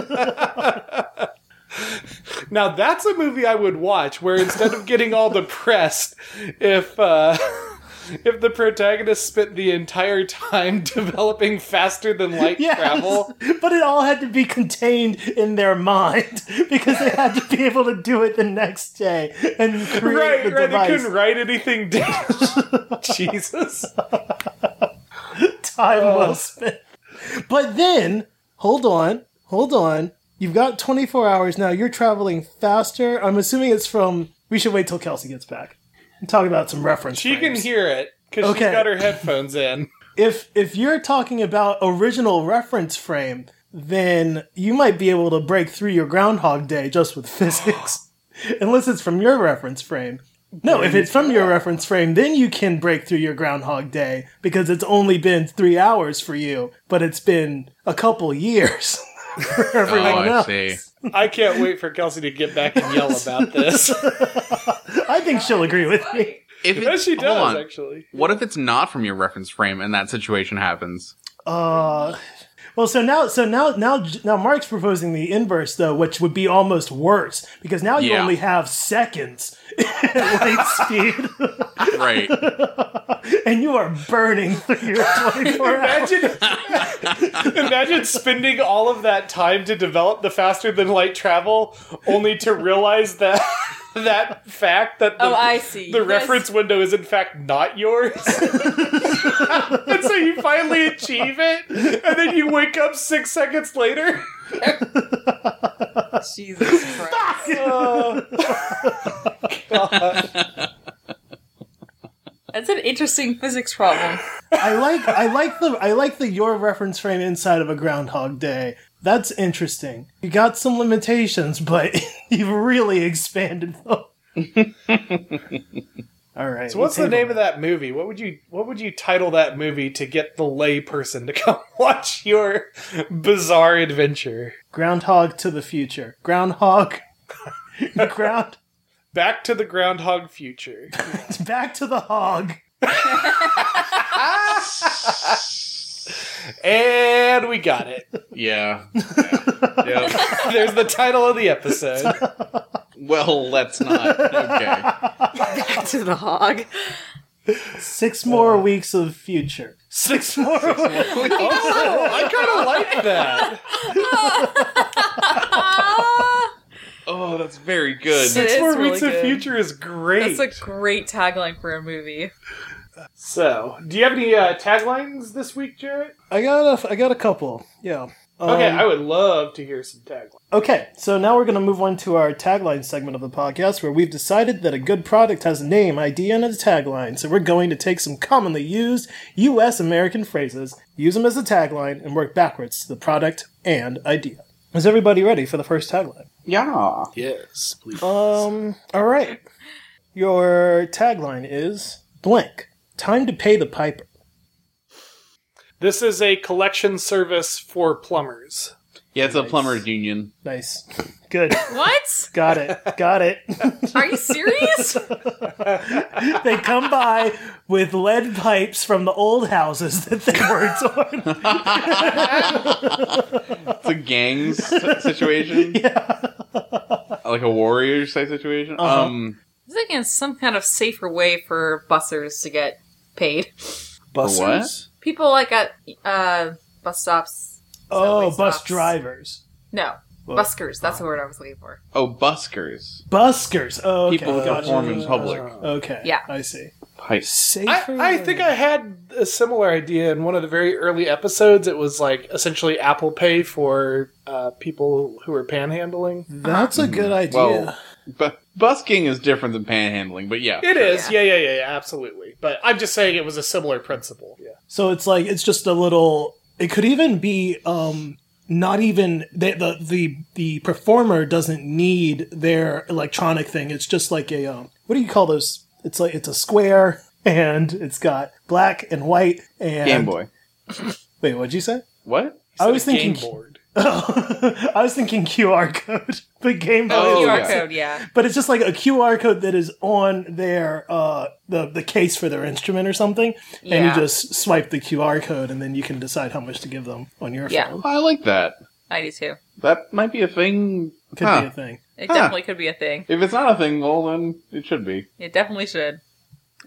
Speaker 3: now that's a movie I would watch where instead of getting all depressed if uh if the protagonist spent the entire time developing faster than light
Speaker 1: Yes,
Speaker 3: travel.
Speaker 1: but it all had to be contained in their mind because they had to be able to do it the next day and create
Speaker 3: Right,
Speaker 1: the
Speaker 3: right. They
Speaker 1: device.
Speaker 3: couldn't write anything down. Jesus.
Speaker 1: time
Speaker 3: Oh.
Speaker 1: well spent. But then, hold on, hold on. You've got 24 hours now. You're traveling faster. I'm assuming it's from. We should wait till Kelsey gets back. I'm talking about some reference.
Speaker 3: She can
Speaker 1: frames.
Speaker 3: hear it because
Speaker 1: Okay.
Speaker 3: she's got her headphones in.
Speaker 1: If if you're talking about original reference frame, then you might be able to break through your Groundhog Day just with physics, unless it's from your reference frame. No, if it's from your reference frame, then you can break through your Groundhog Day because it's only been three hours for you, but it's been a couple years for everyone else.
Speaker 3: I can't wait for Kelsey to get back and yell about this.
Speaker 1: I think she'll agree with me.
Speaker 2: If it,
Speaker 3: yes, she
Speaker 2: hold
Speaker 3: does,
Speaker 2: on.
Speaker 3: actually.
Speaker 2: What if it's not from your reference frame and that situation happens?
Speaker 1: Uh, well, so now, so now, now, now, Mark's proposing the inverse though, which would be almost worse because now you
Speaker 2: Yeah.
Speaker 1: only have seconds at light speed,
Speaker 2: Right.
Speaker 1: and you are burning through your twenty-four hours.
Speaker 3: Imagine, imagine spending all of that time to develop the faster than light travel, only to realize that that fact that the,
Speaker 4: Oh, I see.
Speaker 3: the
Speaker 4: Yes.
Speaker 3: reference window is in fact not yours. and so you finally achieve it, and then you wake up six seconds later.
Speaker 4: Jesus Christ.
Speaker 3: Uh,
Speaker 4: Oh,
Speaker 3: God.
Speaker 4: That's an interesting physics problem.
Speaker 1: I like, I like the, I like the your reference frame inside of a Groundhog Day. That's interesting. You got some limitations, but you've really expanded them. All right.
Speaker 3: So what's
Speaker 1: we'll
Speaker 3: the name
Speaker 1: table
Speaker 3: of that movie? What would you what would you title that movie to get the lay person to come watch your bizarre adventure?
Speaker 1: Groundhog to the future. Groundhog. Ground.
Speaker 3: Back to the Groundhog Future.
Speaker 1: Back to the hog.
Speaker 3: And we got it.
Speaker 2: Yeah. yeah. Yeah.
Speaker 3: There's the title of the episode.
Speaker 2: Well, let's not. Okay.
Speaker 4: Back to the hog.
Speaker 1: Six more weeks of future.
Speaker 3: Six more. Oh, I kind of like that.
Speaker 4: Ah,
Speaker 2: Oh, that's very good.
Speaker 4: It
Speaker 3: Six
Speaker 4: is
Speaker 3: more
Speaker 4: really
Speaker 3: weeks
Speaker 4: good.
Speaker 3: of future is great.
Speaker 4: that's a great tagline for a movie.
Speaker 3: so, do you have any uh, taglines this week, Jarrett?
Speaker 1: I got a, I got a couple. Yeah. Um,
Speaker 3: okay, I would love to hear some taglines.
Speaker 1: Okay, so now we're going to move on to our tagline segment of the podcast where we've decided that a good product has a name, idea, and a tagline. So we're going to take some commonly used US American phrases, use them as a tagline, and work backwards to the product and idea. Is everybody ready for the first tagline?
Speaker 2: Yeah.
Speaker 3: Yes, please.
Speaker 1: Um, all right. Your tagline is blank. Time to pay the piper.
Speaker 3: This is a collection service for plumbers.
Speaker 2: Yeah, it's a plumber's union.
Speaker 1: Nice. Good.
Speaker 4: What?
Speaker 1: Got it. Got it.
Speaker 4: Are you serious?
Speaker 1: they come by with lead pipes from the old houses that they worked on.
Speaker 2: It's a gang s- situation. Yeah. Like a warriors type situation.
Speaker 1: Uh-huh.
Speaker 2: Um,
Speaker 4: I'm thinking some kind of safer way for bussers to get paid.
Speaker 2: for what?
Speaker 4: People like at uh, bus stops.
Speaker 1: Oh,
Speaker 4: Subway
Speaker 1: bus
Speaker 4: stops.
Speaker 1: drivers.
Speaker 4: No,
Speaker 1: Well- uh,
Speaker 4: buskers. That's the word I was looking for.
Speaker 2: Oh, buskers.
Speaker 1: Buskers. Oh, okay.
Speaker 2: People who
Speaker 1: gotcha.
Speaker 2: perform in public.
Speaker 1: Okay.
Speaker 4: Yeah.
Speaker 1: I see.
Speaker 2: Pipes.
Speaker 1: Safer.
Speaker 3: I, I
Speaker 1: than-
Speaker 3: think I had a similar idea in one of the very early episodes. It was like essentially Apple Pay for uh, people who are panhandling.
Speaker 1: that's a good idea.
Speaker 2: Well, bu- busking is different than panhandling, but yeah.
Speaker 3: It is,
Speaker 4: Yeah.
Speaker 3: yeah. yeah, yeah, yeah, absolutely. But I'm just saying it was a similar principle. Yeah.
Speaker 1: So it's like it's just a little. It could even be um, not even they, the the the performer doesn't need their electronic thing. It's just like a um, what do you call those? It's like it's a square and it's got black and white and
Speaker 2: Game Boy.
Speaker 1: Wait, what'd you say?
Speaker 2: What?
Speaker 1: I was
Speaker 3: Like
Speaker 1: thinking
Speaker 3: game board.
Speaker 1: I was thinking QR code, but Game Boy.
Speaker 4: Oh,
Speaker 2: Oh,
Speaker 4: QR
Speaker 2: yeah.
Speaker 4: code, yeah.
Speaker 1: But it's just like a QR code that is on their uh the the case for their instrument or something, and
Speaker 4: Yeah.
Speaker 1: you just swipe the QR code, and then you can decide how much to give them on your
Speaker 4: Yeah.
Speaker 1: phone.
Speaker 2: I like that.
Speaker 4: I do too.
Speaker 2: That might be a thing.
Speaker 1: Could
Speaker 2: Huh.
Speaker 1: be a thing.
Speaker 4: It
Speaker 2: Huh.
Speaker 4: definitely could be a thing.
Speaker 2: If it's not a thing, well, then it should be.
Speaker 4: It definitely should.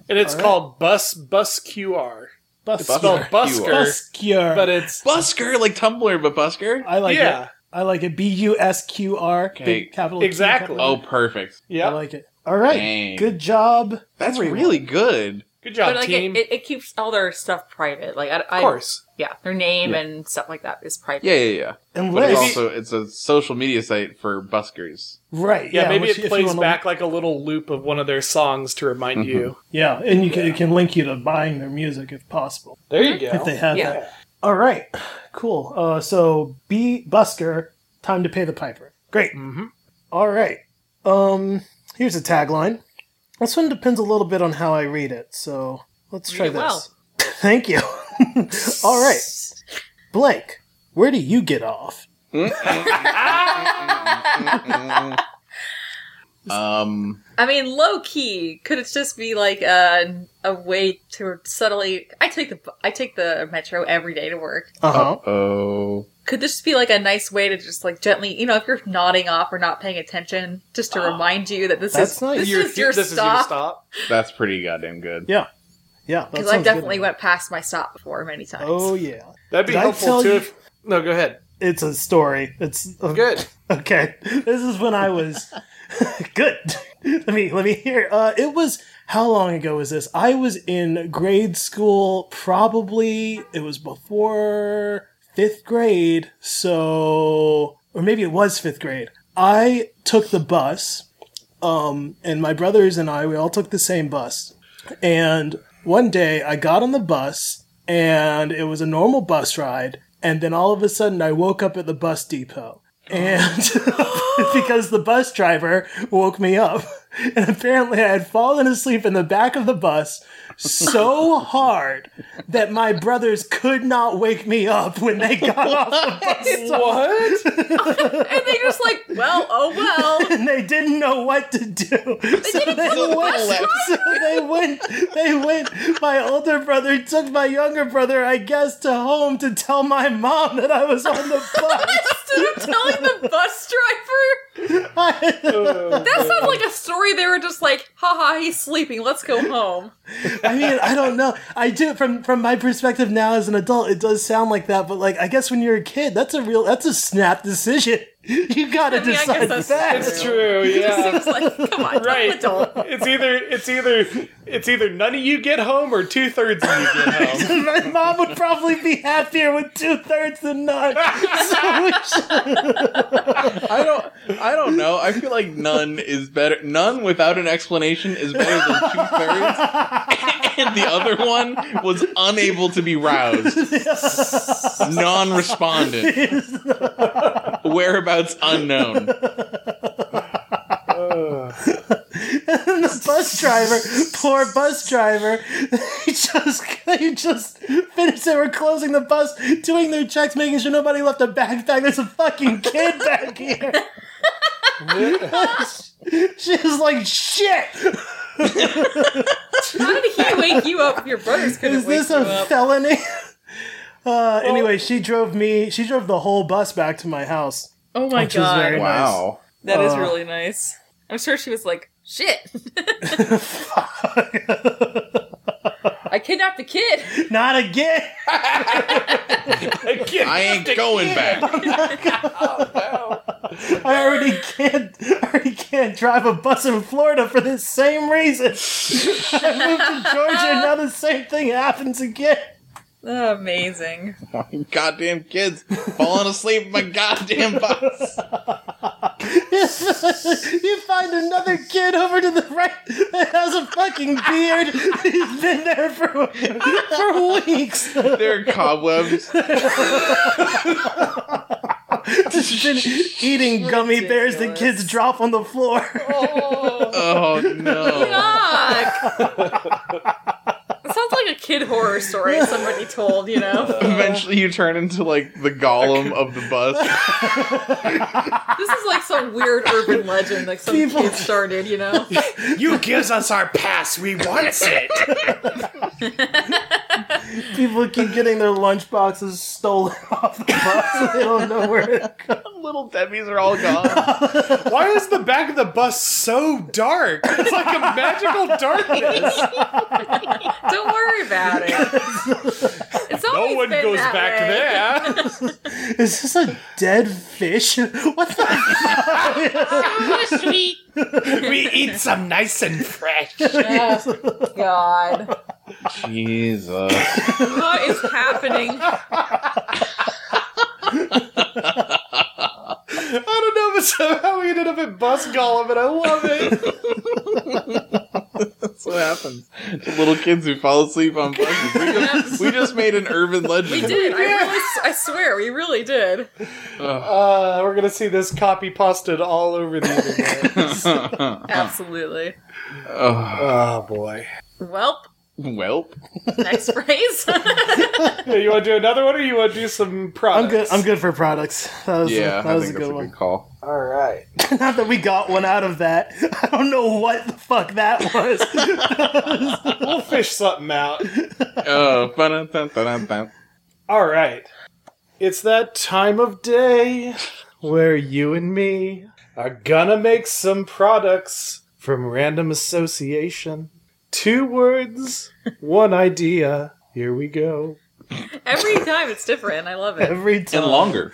Speaker 3: And it's
Speaker 1: All right.
Speaker 3: called Bus Bus QR.
Speaker 1: Busker.
Speaker 3: It's spelled
Speaker 2: Busker.
Speaker 3: Busker,
Speaker 1: Busker.
Speaker 3: but it's
Speaker 2: Busker, like Tumblr, but Busker?
Speaker 1: I like
Speaker 3: yeah,
Speaker 1: it. I like it. B U S Q R.
Speaker 2: Okay.
Speaker 1: Big capital. Q,
Speaker 3: Exactly.
Speaker 1: capital
Speaker 2: Oh,
Speaker 1: R.
Speaker 2: perfect.
Speaker 1: I
Speaker 3: yeah.
Speaker 1: like it. All right.
Speaker 2: Dang.
Speaker 1: Good job.
Speaker 2: That's
Speaker 1: everyone.
Speaker 2: really good.
Speaker 3: Good job,
Speaker 4: but like
Speaker 3: team.
Speaker 4: it, it, it keeps all their stuff private. Like I, I
Speaker 3: of course,
Speaker 4: yeah, their name and stuff like that is private.
Speaker 2: Yeah, yeah, yeah. But
Speaker 1: Unless
Speaker 2: it's also it's a social media site for buskers.
Speaker 1: right.
Speaker 3: yeah. maybe
Speaker 1: which- if
Speaker 3: it
Speaker 1: you
Speaker 3: plays
Speaker 1: wanna-
Speaker 3: back like a little loop of one of their songs to remind you.
Speaker 1: Yeah, and you can, it can link you to buying their music if possible
Speaker 3: There you go.
Speaker 1: if they have
Speaker 4: Yeah.
Speaker 1: that. All right. Cool. Uh, so B Busker, time to pay the piper. Great.
Speaker 3: Mhm.
Speaker 1: All right. Um, here's a tagline. This one depends a little bit on how I read it. So let's
Speaker 4: Read
Speaker 1: try
Speaker 4: it
Speaker 1: this.
Speaker 4: well.
Speaker 1: Thank you. All right. Blank, where do you get off?
Speaker 2: Um,
Speaker 4: I mean, low key, could it just be like a a way to subtly? I take the I take the metro every day to work.
Speaker 1: Uh huh.
Speaker 2: oh,
Speaker 4: Could this be like a nice way to just like gently, you know, if you're nodding off or not paying attention, just to remind you that this
Speaker 1: That's
Speaker 4: is
Speaker 1: nice.
Speaker 4: this
Speaker 3: Your-
Speaker 4: is your
Speaker 3: this is your
Speaker 4: stop?
Speaker 3: stop.
Speaker 2: that's pretty goddamn good.
Speaker 1: Yeah. Yeah. that
Speaker 4: Because
Speaker 1: sounds
Speaker 4: I
Speaker 1: good.
Speaker 4: definitely went past my stop before many times.
Speaker 1: Oh, yeah.
Speaker 3: That'd be
Speaker 1: Did I
Speaker 3: helpful
Speaker 1: tell
Speaker 3: too.
Speaker 1: you-
Speaker 3: If, no, go ahead.
Speaker 1: It's a story. It's
Speaker 3: Good.
Speaker 1: Okay, this is when I was good. let me let me hear. Uh, it was how long ago was this? I was in grade school. Probably it was before fifth grade. So, or maybe it was fifth grade. I took the bus, um, and my brothers and I we all took the same bus. And one day I got on the bus, and it was a normal bus ride. And then all of a sudden I woke up at the bus depot and because the bus driver woke me up and apparently i had fallen asleep in the back of the bus so hard that my brothers could not wake me up when they got off the bus
Speaker 3: What?
Speaker 4: and they just like, well, oh well.
Speaker 1: and they didn't know what to do so
Speaker 4: didn't
Speaker 1: they,
Speaker 4: know what to
Speaker 1: went, so they went they went my older brother took my younger brother i guess to home to tell my mom that i was on the bus
Speaker 4: Instead of telling the bus driver, that sounds like a story. They were just like, haha, he's sleeping. Let's go home.
Speaker 1: I mean, I don't know. I do from from my perspective now as an adult, it does sound like that, but like I guess when you're a kid, that's a real that's a snap decision. You gotta
Speaker 4: I mean, I guess
Speaker 1: decide
Speaker 4: that's
Speaker 1: that.
Speaker 3: It's true. Yeah.
Speaker 4: It's like, come on, right.
Speaker 3: Right.
Speaker 4: adult.
Speaker 3: It's either it's either it's either none of you get home or two thirds of you get home.
Speaker 1: My mom would probably be happier with two thirds than none. So we should-
Speaker 2: I don't, I don't know. I feel like none is better. None without an explanation is better than two thirds, and the other one was unable to be roused, non-respondent, whereabouts unknown.
Speaker 1: and the bus driver, poor bus driver, they just they just finished. They were closing the bus, doing their checks, making sure nobody left a backpack. There's a fucking kid back here. She's like, shit.
Speaker 4: How did he wake you up? if Your brothers couldn't
Speaker 1: Is
Speaker 4: wake
Speaker 1: this
Speaker 4: you
Speaker 1: a
Speaker 4: up.
Speaker 1: felony? Uh, anyway, she drove me. She drove the whole bus back to my house.
Speaker 4: oh my
Speaker 1: Which is very-
Speaker 4: god,
Speaker 2: Wow.
Speaker 4: that is
Speaker 1: uh,
Speaker 4: really nice. I'm sure she was like, shit. I kidnapped a kid.
Speaker 1: Not again.
Speaker 3: Again,
Speaker 2: I ain't going back.
Speaker 1: I already can't. I already can't drive a bus in Florida for this same reason. I moved to Georgia, and now the same thing happens again.
Speaker 4: Amazing.
Speaker 2: My goddamn kids falling asleep in my goddamn bus.
Speaker 1: you find another kid over to the right that has a fucking beard. He's been there for for weeks.
Speaker 2: They're cobwebs.
Speaker 1: has been eating gummy bears that kids drop on the floor.
Speaker 4: Oh,
Speaker 2: Oh no!
Speaker 4: yuck. It sounds like a kid horror story somebody told, you know?
Speaker 2: Eventually, you turn into like the golem of the bus.
Speaker 4: This is like some weird urban legend like some
Speaker 1: People-
Speaker 4: kid started, you know?
Speaker 3: You gives us our pass. We wants it.
Speaker 1: People keep getting their lunch boxes stolen off the bus. They don't know where it goes.
Speaker 2: Little Debbie's are all gone.
Speaker 3: Why is the back of the bus so dark? It's like a magical darkness.
Speaker 4: Don't worry about it. It's always
Speaker 3: No one
Speaker 4: been
Speaker 3: goes
Speaker 4: that
Speaker 3: back
Speaker 4: way.
Speaker 3: there.
Speaker 1: Is this a dead fish? What the?
Speaker 3: We eat some nice and fresh.
Speaker 4: Oh, God.
Speaker 2: Jesus.
Speaker 4: What is happening?
Speaker 3: I don't know, but somehow we ended up at Bus Golem, and I love it.
Speaker 2: That's what happens to little kids who fall asleep on buses. We just, we just made an urban legend.
Speaker 4: We did. I really, I swear, we really did.
Speaker 3: Uh, we're gonna see this copy pasted all over the internet.
Speaker 4: Absolutely.
Speaker 2: oh,
Speaker 3: oh boy.
Speaker 4: Welp.
Speaker 2: welp.
Speaker 4: Next phrase.
Speaker 3: Yeah, you want to do another one, or you want to do some
Speaker 1: I'm good.
Speaker 3: products?
Speaker 1: I'm good for products. That was
Speaker 2: Yeah,
Speaker 1: a, that
Speaker 2: I
Speaker 1: was a
Speaker 2: think
Speaker 1: good
Speaker 2: that's a
Speaker 1: one.
Speaker 2: good call.
Speaker 3: All right.
Speaker 1: Not that we got one out of that. I don't know what the fuck that was.
Speaker 3: We'll fish something out.
Speaker 2: Oh, ba-dum-dum-dum-dum.
Speaker 3: All right. It's that time of day where you and me are gonna make some products from random association. Two words, one idea. Here we go.
Speaker 4: Every time it's different. I love it.
Speaker 1: Every time.
Speaker 2: and longer.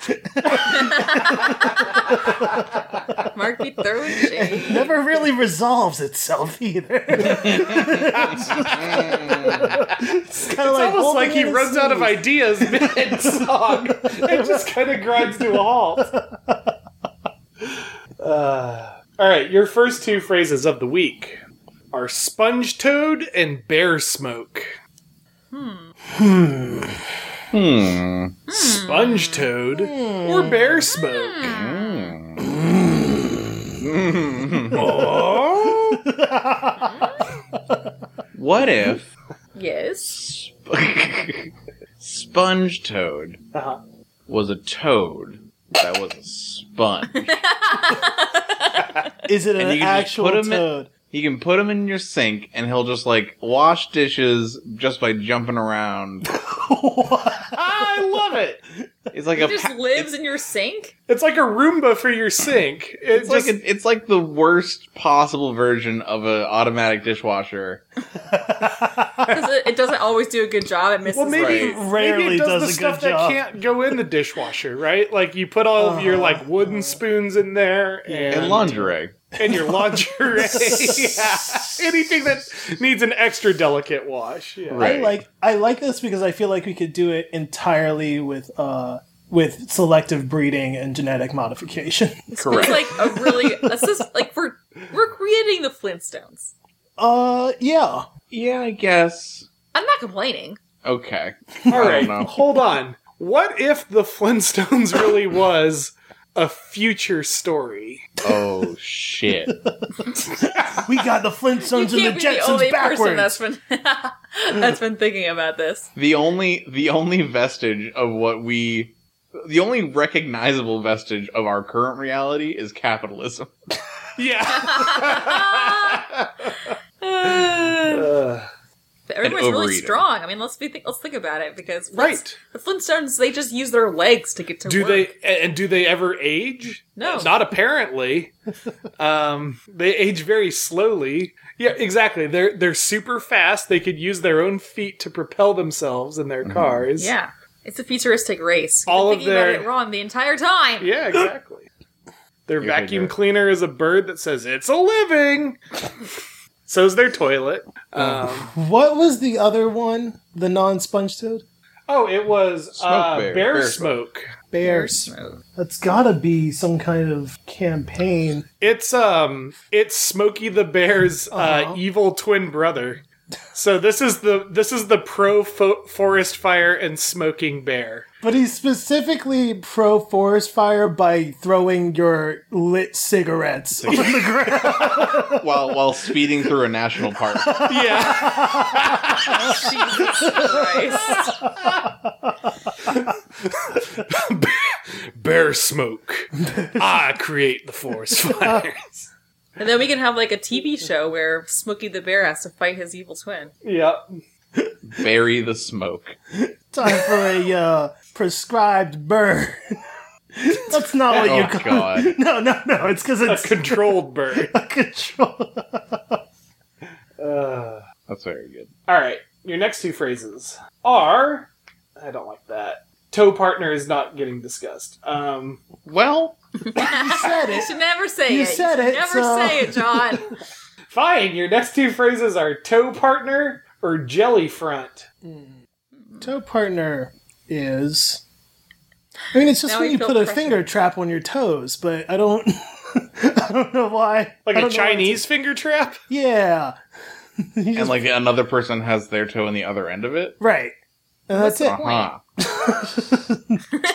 Speaker 4: Mark be throwing shade.
Speaker 1: Never really resolves itself either. it's kind of
Speaker 3: It's almost like he runs out of ideas mid song and just kind of grinds to a halt. Uh, all right, your first two phrases of the week are sponge toad and bear smoke.
Speaker 2: Hmm.
Speaker 3: Sponge toad or bear smoke?
Speaker 2: What if
Speaker 4: Yes.
Speaker 2: Sponge Toad
Speaker 3: Uh-huh.
Speaker 2: was a toad that was a sponge?
Speaker 1: Is it an
Speaker 2: And you can just
Speaker 1: actual
Speaker 2: put him in-
Speaker 1: toad?
Speaker 2: You can put him in your sink, and he'll just like wash dishes just by jumping around.
Speaker 3: I love it.
Speaker 2: It's like a
Speaker 4: It
Speaker 2: pa-
Speaker 4: just lives in your sink?
Speaker 3: It's like a Roomba for your sink. It
Speaker 2: It's
Speaker 3: just,
Speaker 2: like a, it's like the worst possible version of an automatic dishwasher.
Speaker 4: Because it, it doesn't always do a good job. It misses.
Speaker 3: well, maybe,
Speaker 2: Right.
Speaker 1: Rarely
Speaker 3: maybe it does,
Speaker 1: does
Speaker 3: the
Speaker 1: a good
Speaker 3: stuff
Speaker 1: job.
Speaker 3: that can't go in the dishwasher, right? Like you put all of your like wooden spoons in there and,
Speaker 2: And lingerie.
Speaker 3: and your lingerie, yeah. anything that needs an extra delicate wash. Yeah.
Speaker 2: Right.
Speaker 1: I like I like this because I feel like we could do it entirely with uh with selective breeding and genetic modification.
Speaker 2: Correct.
Speaker 4: It's like a really. That's just like we're we're creating the Flintstones.
Speaker 1: uh yeah.
Speaker 2: yeah, I guess.
Speaker 4: I'm not complaining.
Speaker 2: Okay.
Speaker 3: All right,
Speaker 2: know.
Speaker 3: hold on. What if the Flintstones really was a future story?
Speaker 2: Oh shit.
Speaker 1: We got the
Speaker 4: You
Speaker 1: Flintstones and
Speaker 4: can't
Speaker 1: the
Speaker 4: be
Speaker 1: Jetsons
Speaker 4: the only person
Speaker 1: backwards.
Speaker 4: that's been that's been thinking about this.
Speaker 2: the only the only vestige of what we the only recognizable vestige of our current reality is capitalism.
Speaker 3: Yeah.
Speaker 4: Uh,
Speaker 3: Uh,
Speaker 4: everyone's really
Speaker 2: overeating.
Speaker 4: strong. I mean, let's be think, let's think about it because
Speaker 3: right.
Speaker 4: the Flintstones they just use their legs to get to
Speaker 3: Do
Speaker 4: work.
Speaker 3: they and do they ever age?
Speaker 4: No.
Speaker 3: not apparently. um, they age very slowly. Yeah, exactly. They're they're super fast. They could use their own feet to propel themselves in their cars.
Speaker 4: Yeah, it's a futuristic race. We've
Speaker 3: All
Speaker 4: been
Speaker 3: of
Speaker 4: thinking
Speaker 3: their-
Speaker 4: about it wrong the entire time.
Speaker 3: yeah, exactly. Their
Speaker 2: You're
Speaker 3: vacuum
Speaker 2: right.
Speaker 3: cleaner is a bird that says it's a living. So's their toilet. Um,
Speaker 1: What was the other one? The non sponge toad?
Speaker 3: oh, it was uh,
Speaker 2: Smoke bear.
Speaker 3: bear,
Speaker 2: Bear
Speaker 3: smoke.
Speaker 1: Bears. That's gotta be some kind of campaign.
Speaker 3: Uh-huh. It's um, it's Smokey the Bear's uh, evil twin brother. So this is the this is the pro fo- forest fire and smoking bear.
Speaker 1: But he's specifically pro forest fire by throwing your lit cigarettes on the ground.
Speaker 2: while while speeding through a national park.
Speaker 3: Yeah.
Speaker 4: Jesus Christ.
Speaker 3: bear smoke. I create the forest fires.
Speaker 4: And then we can have like a TV show where Smokey the Bear has to fight his evil twin.
Speaker 3: yep.
Speaker 2: Bury the smoke.
Speaker 1: Time for a uh, prescribed burn. That's not what you
Speaker 2: Oh
Speaker 1: call.
Speaker 2: god.
Speaker 1: No, no, no. It's because
Speaker 3: A
Speaker 1: it's
Speaker 3: controlled bird.
Speaker 1: control.
Speaker 3: Uh,
Speaker 2: That's very good.
Speaker 3: all right. Your next two phrases are I don't like that. Toe partner is not getting discussed. Um
Speaker 2: Well,
Speaker 1: You said
Speaker 4: You
Speaker 1: it.
Speaker 4: should never say
Speaker 1: You
Speaker 4: it.
Speaker 1: said
Speaker 4: you should
Speaker 1: it,
Speaker 4: Never
Speaker 1: so-
Speaker 4: say it, John.
Speaker 3: fine. Your next two phrases are toe partner or jelly front.
Speaker 1: Toe partner is. I mean, it's just
Speaker 4: Now
Speaker 1: when
Speaker 4: I
Speaker 1: you
Speaker 4: feel
Speaker 1: put a
Speaker 4: pressure.
Speaker 1: finger trap on your toes, but I don't. I don't know why.
Speaker 3: Like
Speaker 1: I
Speaker 3: a
Speaker 1: don't know why it's-
Speaker 3: Chinese finger trap?
Speaker 1: Yeah. You
Speaker 2: and
Speaker 1: just-
Speaker 2: like another person has their toe in the other end of it.
Speaker 1: right. And that's it.
Speaker 2: Uh-huh.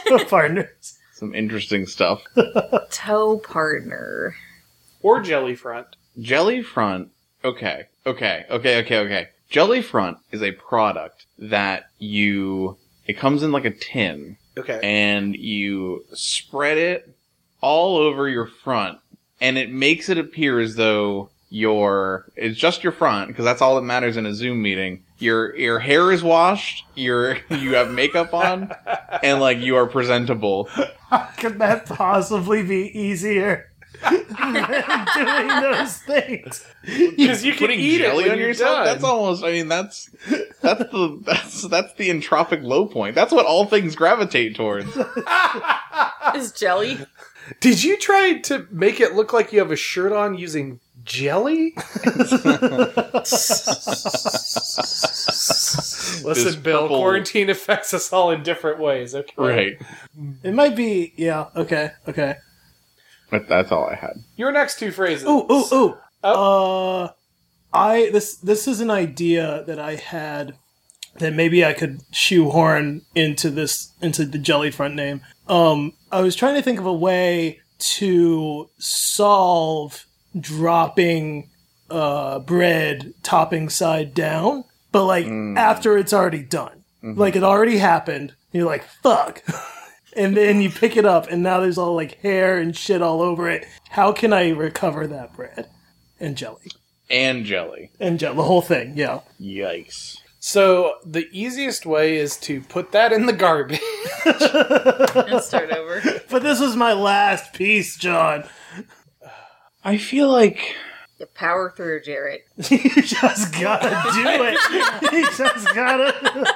Speaker 1: Toe partners.
Speaker 2: Some interesting stuff.
Speaker 4: Toe partner.
Speaker 3: Or jelly front.
Speaker 2: Jelly Front. Okay. Okay. Okay. Okay. Okay. Jelly Front is a product that you. It comes in like a tin,
Speaker 3: Okay.
Speaker 2: and you spread it all over your front, and it makes it appear as though your it's just your front because that's all that matters in a Zoom meeting. Your your hair is washed. Your you have makeup on, and like you are presentable.
Speaker 1: How could that possibly be easier than doing those things?
Speaker 3: Because you can eat it when you're done.
Speaker 2: That's almost. I mean, that's that's the that's that's the entropic low point. That's what all things gravitate towards.
Speaker 4: Is jelly?
Speaker 3: Did you try to make it look like you have a shirt on using jelly?
Speaker 2: This
Speaker 3: Listen, Bill,
Speaker 2: purple-
Speaker 3: quarantine affects us all in different ways, okay?
Speaker 2: right.
Speaker 1: It might be. Yeah. Okay. Okay.
Speaker 2: But that's all I had.
Speaker 3: Your next two phrases.
Speaker 1: Oh. Oh. Oh.
Speaker 3: Oh.
Speaker 1: Uh, I this this is an idea that I had that maybe I could shoehorn into this into the jelly front name. Um, I was trying to think of a way to solve dropping uh, bread topping side down, but like after it's already done, like it already happened. and you're like fuck. And then you pick it up, and now there's all like hair and shit all over it. How can I recover that bread? and jelly
Speaker 2: And jelly.
Speaker 1: and jelly the whole thing yeah
Speaker 2: Yikes.
Speaker 3: So the easiest way is to put that in the garbage.
Speaker 4: And start over.
Speaker 1: but this was my last piece john
Speaker 2: I feel like
Speaker 4: You power through, Jarrett.
Speaker 1: you just gotta do it you just gotta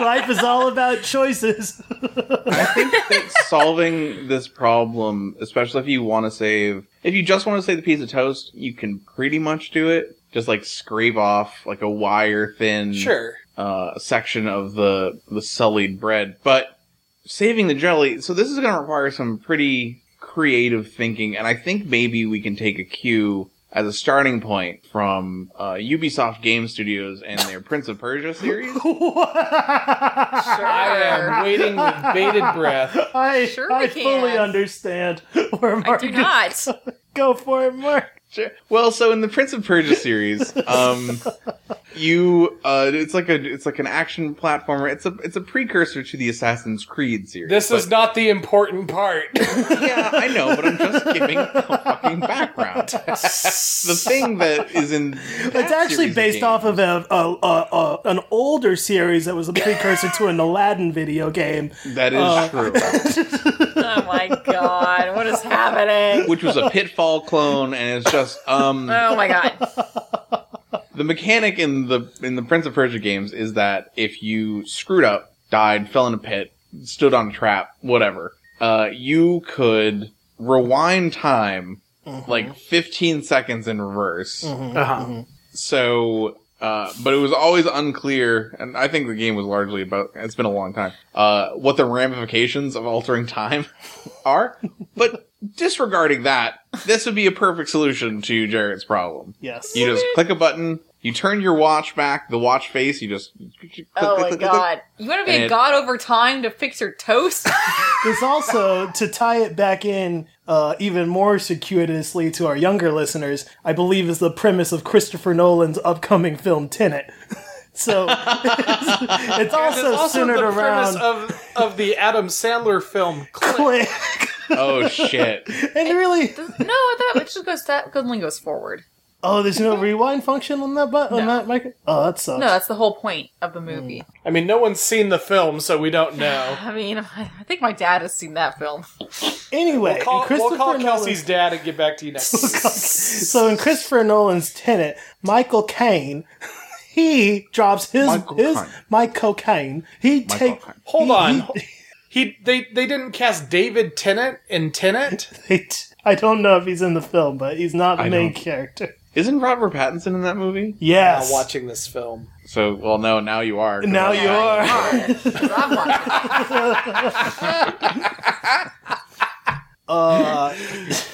Speaker 1: life is all about choices
Speaker 2: I think that solving this problem, especially if you want to save, if you just want to save the piece of toast, you can pretty much do it. Just like scrape off like a wire thin
Speaker 3: Sure.
Speaker 2: uh, section of the the sullied bread, but saving the jelly. So this is going to require some pretty creative thinking, and I think maybe we can take a cue as a starting point from uh, Ubisoft Game Studios and their Prince of Persia series.
Speaker 1: i,
Speaker 4: Sure.
Speaker 3: I am waiting with bated breath.
Speaker 4: Sure
Speaker 1: I
Speaker 4: we
Speaker 1: fully
Speaker 4: can.
Speaker 1: understand where
Speaker 4: I
Speaker 1: mark
Speaker 4: do
Speaker 1: is-
Speaker 4: not.
Speaker 1: go for it mark
Speaker 2: Sure. Well, so in the Prince of Persia series, um, you uh, it's like a it's like an action platformer. It's a it's a precursor to the Assassin's Creed series.
Speaker 3: This
Speaker 2: but-
Speaker 3: is not the important part.
Speaker 2: yeah, I know, but I'm just giving a fucking background. the thing that is in
Speaker 1: it's actually based off of a, a, a, a an older series that was a precursor to an aladdin video game
Speaker 2: that is
Speaker 1: uh,
Speaker 2: true,
Speaker 4: Oh my god. What is happening?
Speaker 2: which was a pitfall clone, and it's just um
Speaker 4: Oh my god.
Speaker 2: the mechanic in the in the Prince of Persia games is that if you screwed up, died, fell in a pit, stood on a trap, whatever, uh, you could rewind time like 15 seconds in reverse.
Speaker 3: Uh-huh.
Speaker 2: So, uh, but it was always unclear, and I think the game was largely about, it's been a long time, uh, what the ramifications of altering time are. But disregarding that, this would be a perfect solution to Jared's problem.
Speaker 1: yes
Speaker 2: You just click a button, You turn your watch back, the watch face, you just.
Speaker 4: Oh my god. You want to be
Speaker 2: And
Speaker 4: a
Speaker 2: it-
Speaker 4: god over time to fix your toast?
Speaker 1: There's also to tie it back in uh, even more circuitously to our younger listeners. I believe is the premise of Christopher Nolan's upcoming film Tenet. So it's, it's
Speaker 3: And
Speaker 1: also,
Speaker 3: it's also
Speaker 1: centered
Speaker 3: the
Speaker 1: around.
Speaker 3: premise of, of the Adam Sandler film Click.
Speaker 1: Click.
Speaker 2: Oh shit.
Speaker 1: and really,
Speaker 4: no, I thought it just goes that good one goes forward.
Speaker 1: oh, there's no rewind function on that button on
Speaker 4: No.
Speaker 1: that mic. Oh, that sucks.
Speaker 4: No, that's the whole point of the movie.
Speaker 3: I mean, no one's seen the film, so we don't know.
Speaker 4: I mean, I think my dad has seen that film.
Speaker 1: Anyway,
Speaker 3: We'll call,
Speaker 1: Christopher
Speaker 3: we'll call
Speaker 1: Nolan-
Speaker 3: Kelsey's dad and get back to you next. week.
Speaker 1: So in Christopher Nolan's Tenet, Michael Caine, he drops his
Speaker 2: Michael
Speaker 1: his
Speaker 2: Caine.
Speaker 1: Mike cocaine. He
Speaker 2: Michael
Speaker 1: take
Speaker 2: Caine.
Speaker 3: Hold
Speaker 1: he-
Speaker 3: on.
Speaker 1: he-
Speaker 3: He they they didn't cast David Tennant in Tennant.
Speaker 1: they t- I don't know if he's in the film, but he's not the
Speaker 2: I
Speaker 1: main
Speaker 2: don't-
Speaker 1: character.
Speaker 2: Isn't Robert Pattinson in that movie?
Speaker 3: Yeah,
Speaker 1: Yes.
Speaker 3: watching this film.
Speaker 2: So, well, no, now you are. 'cause
Speaker 1: Now
Speaker 2: I'm
Speaker 1: you
Speaker 2: not.
Speaker 1: are.
Speaker 4: I'm like,
Speaker 1: Uh,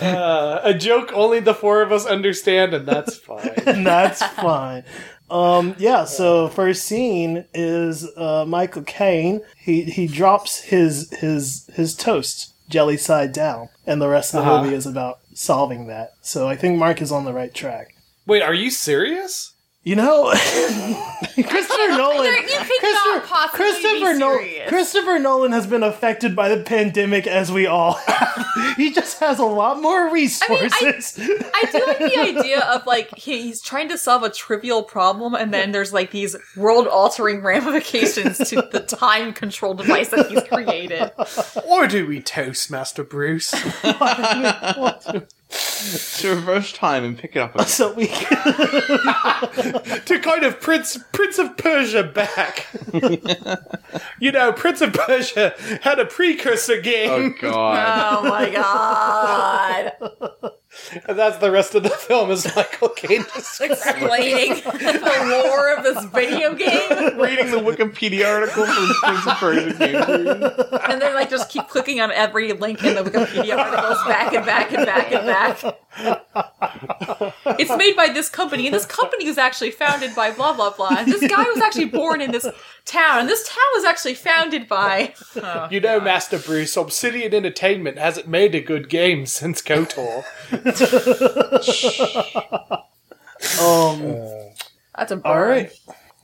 Speaker 3: Uh, a joke only the four of us understand, and that's fine.
Speaker 1: and that's fine. Um, yeah. So first scene is uh, Michael Caine. He he drops his his his toast jelly side down, and the rest of the
Speaker 3: Uh-huh.
Speaker 1: movie is about solving that. So I think Mark is on the right track.
Speaker 3: Wait, are you serious?
Speaker 1: You know, Christopher Nolan.
Speaker 4: you could
Speaker 1: Christopher,
Speaker 4: not possibly
Speaker 1: Christopher,
Speaker 4: be
Speaker 1: Nol-
Speaker 4: serious.
Speaker 1: Christopher Nolan has been affected by the pandemic as we all have. he just has a lot more resources.
Speaker 4: I do like the idea of like he, he's trying to solve a trivial problem, and then there's like these world-altering ramifications to the time control device that he's created.
Speaker 3: Or do we toast, Master Bruce?
Speaker 2: To reverse time and pick it up. again.
Speaker 1: so we
Speaker 3: to kind of Prince Prince of Persia back. you know, Prince of Persia had a precursor
Speaker 2: Oh
Speaker 3: game.
Speaker 2: god.
Speaker 4: Oh my god!
Speaker 3: And that's the rest of the film is Michael Caine just
Speaker 4: Explaining the lore of this video game,
Speaker 2: Reading the Wikipedia article for Prince of Persia game theory.
Speaker 4: and then like just keep clicking on every link in the Wikipedia articles back and back and back and back. It's made by this company, and this company was actually founded by blah blah blah. And this guy was actually born in this town, and this town was actually founded by.
Speaker 3: You know, Master Bruce, Obsidian Entertainment hasn't made a good game since KOTOR.
Speaker 1: um.
Speaker 4: That's a burn.
Speaker 1: All right.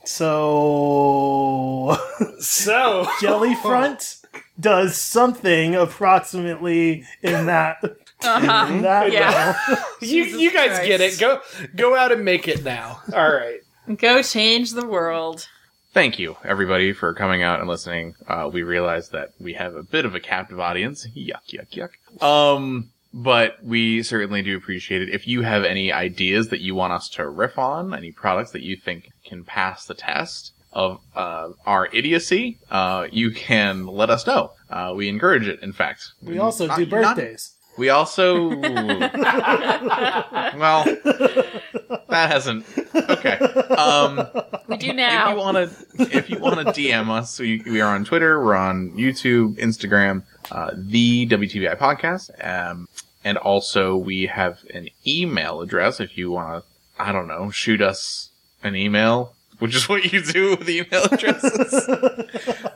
Speaker 1: So
Speaker 3: so,
Speaker 1: Jelly Front does something approximately in that
Speaker 4: Uh-huh.
Speaker 3: Hmm?
Speaker 1: in that
Speaker 4: Yeah.
Speaker 1: realm.
Speaker 3: you,
Speaker 4: Jesus
Speaker 3: you guys
Speaker 4: Christ.
Speaker 3: get it. Go go out and make it now. All right.
Speaker 4: Go change the world.
Speaker 2: Thank you, everybody, for coming out and listening. Uh, we realize that we have a bit of a captive audience. Yuck, yuck, yuck. Um, but we certainly do appreciate it. If you have any ideas that you want us to riff on, any products that you think can pass the test of uh, our idiocy, uh, you can let us know. Uh, we encourage it, in fact.
Speaker 1: We also
Speaker 2: Not-
Speaker 1: do
Speaker 2: not-
Speaker 1: birthdays.
Speaker 2: we also. well, that hasn't. Okay. Um,
Speaker 4: We do
Speaker 2: if you
Speaker 4: now.
Speaker 2: want to, if you want to DM us, we, we are on Twitter, we're on YouTube, Instagram, uh, the WTBI podcast, um, and also we have an email address if you want to, I don't know, shoot us an email, which is what you do with email addresses.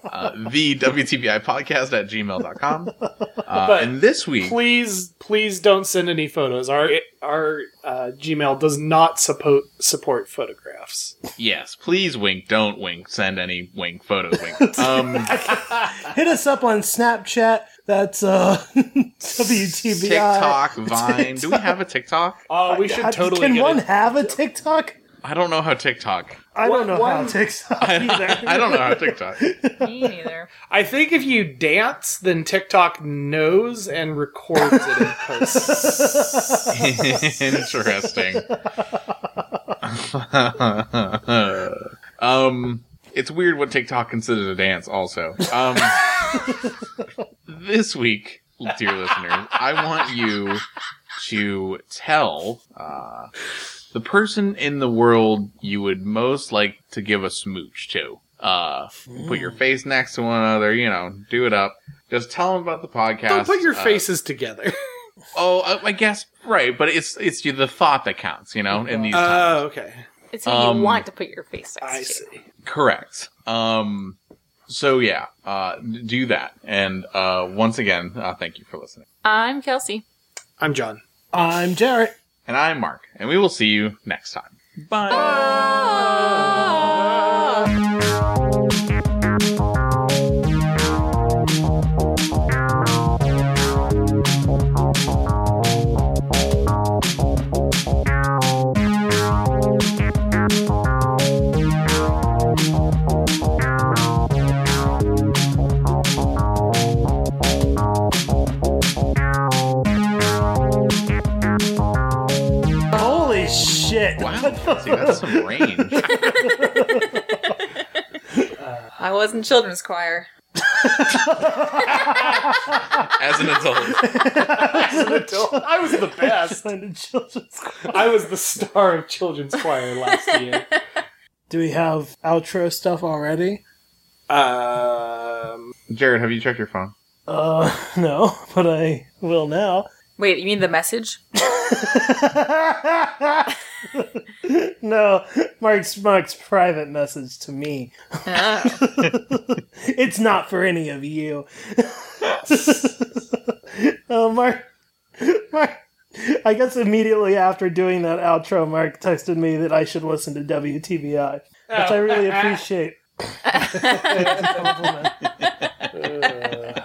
Speaker 2: uh, the WTBI podcast at gmail.com. Uh,
Speaker 3: But
Speaker 2: and this week,
Speaker 3: Please, please don't send any photos. Our our uh, Gmail does not suppo- support photographs.
Speaker 2: yes, please wink, don't wink, send any wink photos, wink. Um,
Speaker 1: Hit us up on Snapchat. That's uh WTBI.
Speaker 2: TikTok, Vine. Do we have a TikTok?
Speaker 3: Oh, we
Speaker 1: How-
Speaker 3: should totally
Speaker 1: Can
Speaker 3: get
Speaker 1: one
Speaker 3: it.
Speaker 1: have a TikTok?
Speaker 2: I don't know how TikTok.
Speaker 1: I don't
Speaker 3: One-
Speaker 1: know how
Speaker 3: one-
Speaker 1: TikTok either.
Speaker 2: I don't know how TikTok.
Speaker 4: Me neither.
Speaker 3: I think if you dance, then TikTok knows and records it and posts.
Speaker 2: Interesting. um, it's weird what TikTok considers a dance. Also, um, this week, dear listeners, I want you to tell uh, the person in the world you would most like to give a smooch to. Uh, put
Speaker 3: Mm.
Speaker 2: your face next to one another. You know, do it up. Just tell them about the podcast.
Speaker 3: Don't put your
Speaker 2: Uh,
Speaker 3: faces together.
Speaker 2: Oh, I, I guess right, but it's it's the thought that counts, you know. In these
Speaker 3: Oh,
Speaker 2: times,
Speaker 3: okay.
Speaker 4: It's who
Speaker 2: Um,
Speaker 4: you want to put your face next
Speaker 3: I
Speaker 4: to.
Speaker 3: see.
Speaker 2: Correct. Um, so yeah, uh, d- do that. And uh, once again, uh, thank you for listening.
Speaker 4: I'm Kelsey.
Speaker 3: I'm John.
Speaker 1: I'm Jarrett.
Speaker 2: And I'm Mark, and we will see you next time.
Speaker 4: Ah.
Speaker 1: Holy shit.
Speaker 2: Wow, Kelsey, that's some range.
Speaker 4: I was in children's choir.
Speaker 2: As an adult,
Speaker 3: I was the best. I was the star of children's choir last year.
Speaker 1: Do we have outro stuff already?
Speaker 3: Um,
Speaker 2: Jared, have you checked your phone?
Speaker 1: Uh, no, but I will now.
Speaker 4: Wait, you mean the message?
Speaker 1: no, Mark's Mark's private message to me.
Speaker 4: Ah.
Speaker 1: It's not for any of you. oh, Mark, Mark. I guess immediately after doing that outro, Mark texted me that I should listen to WTBI, which I really appreciate. Compliment. Uh.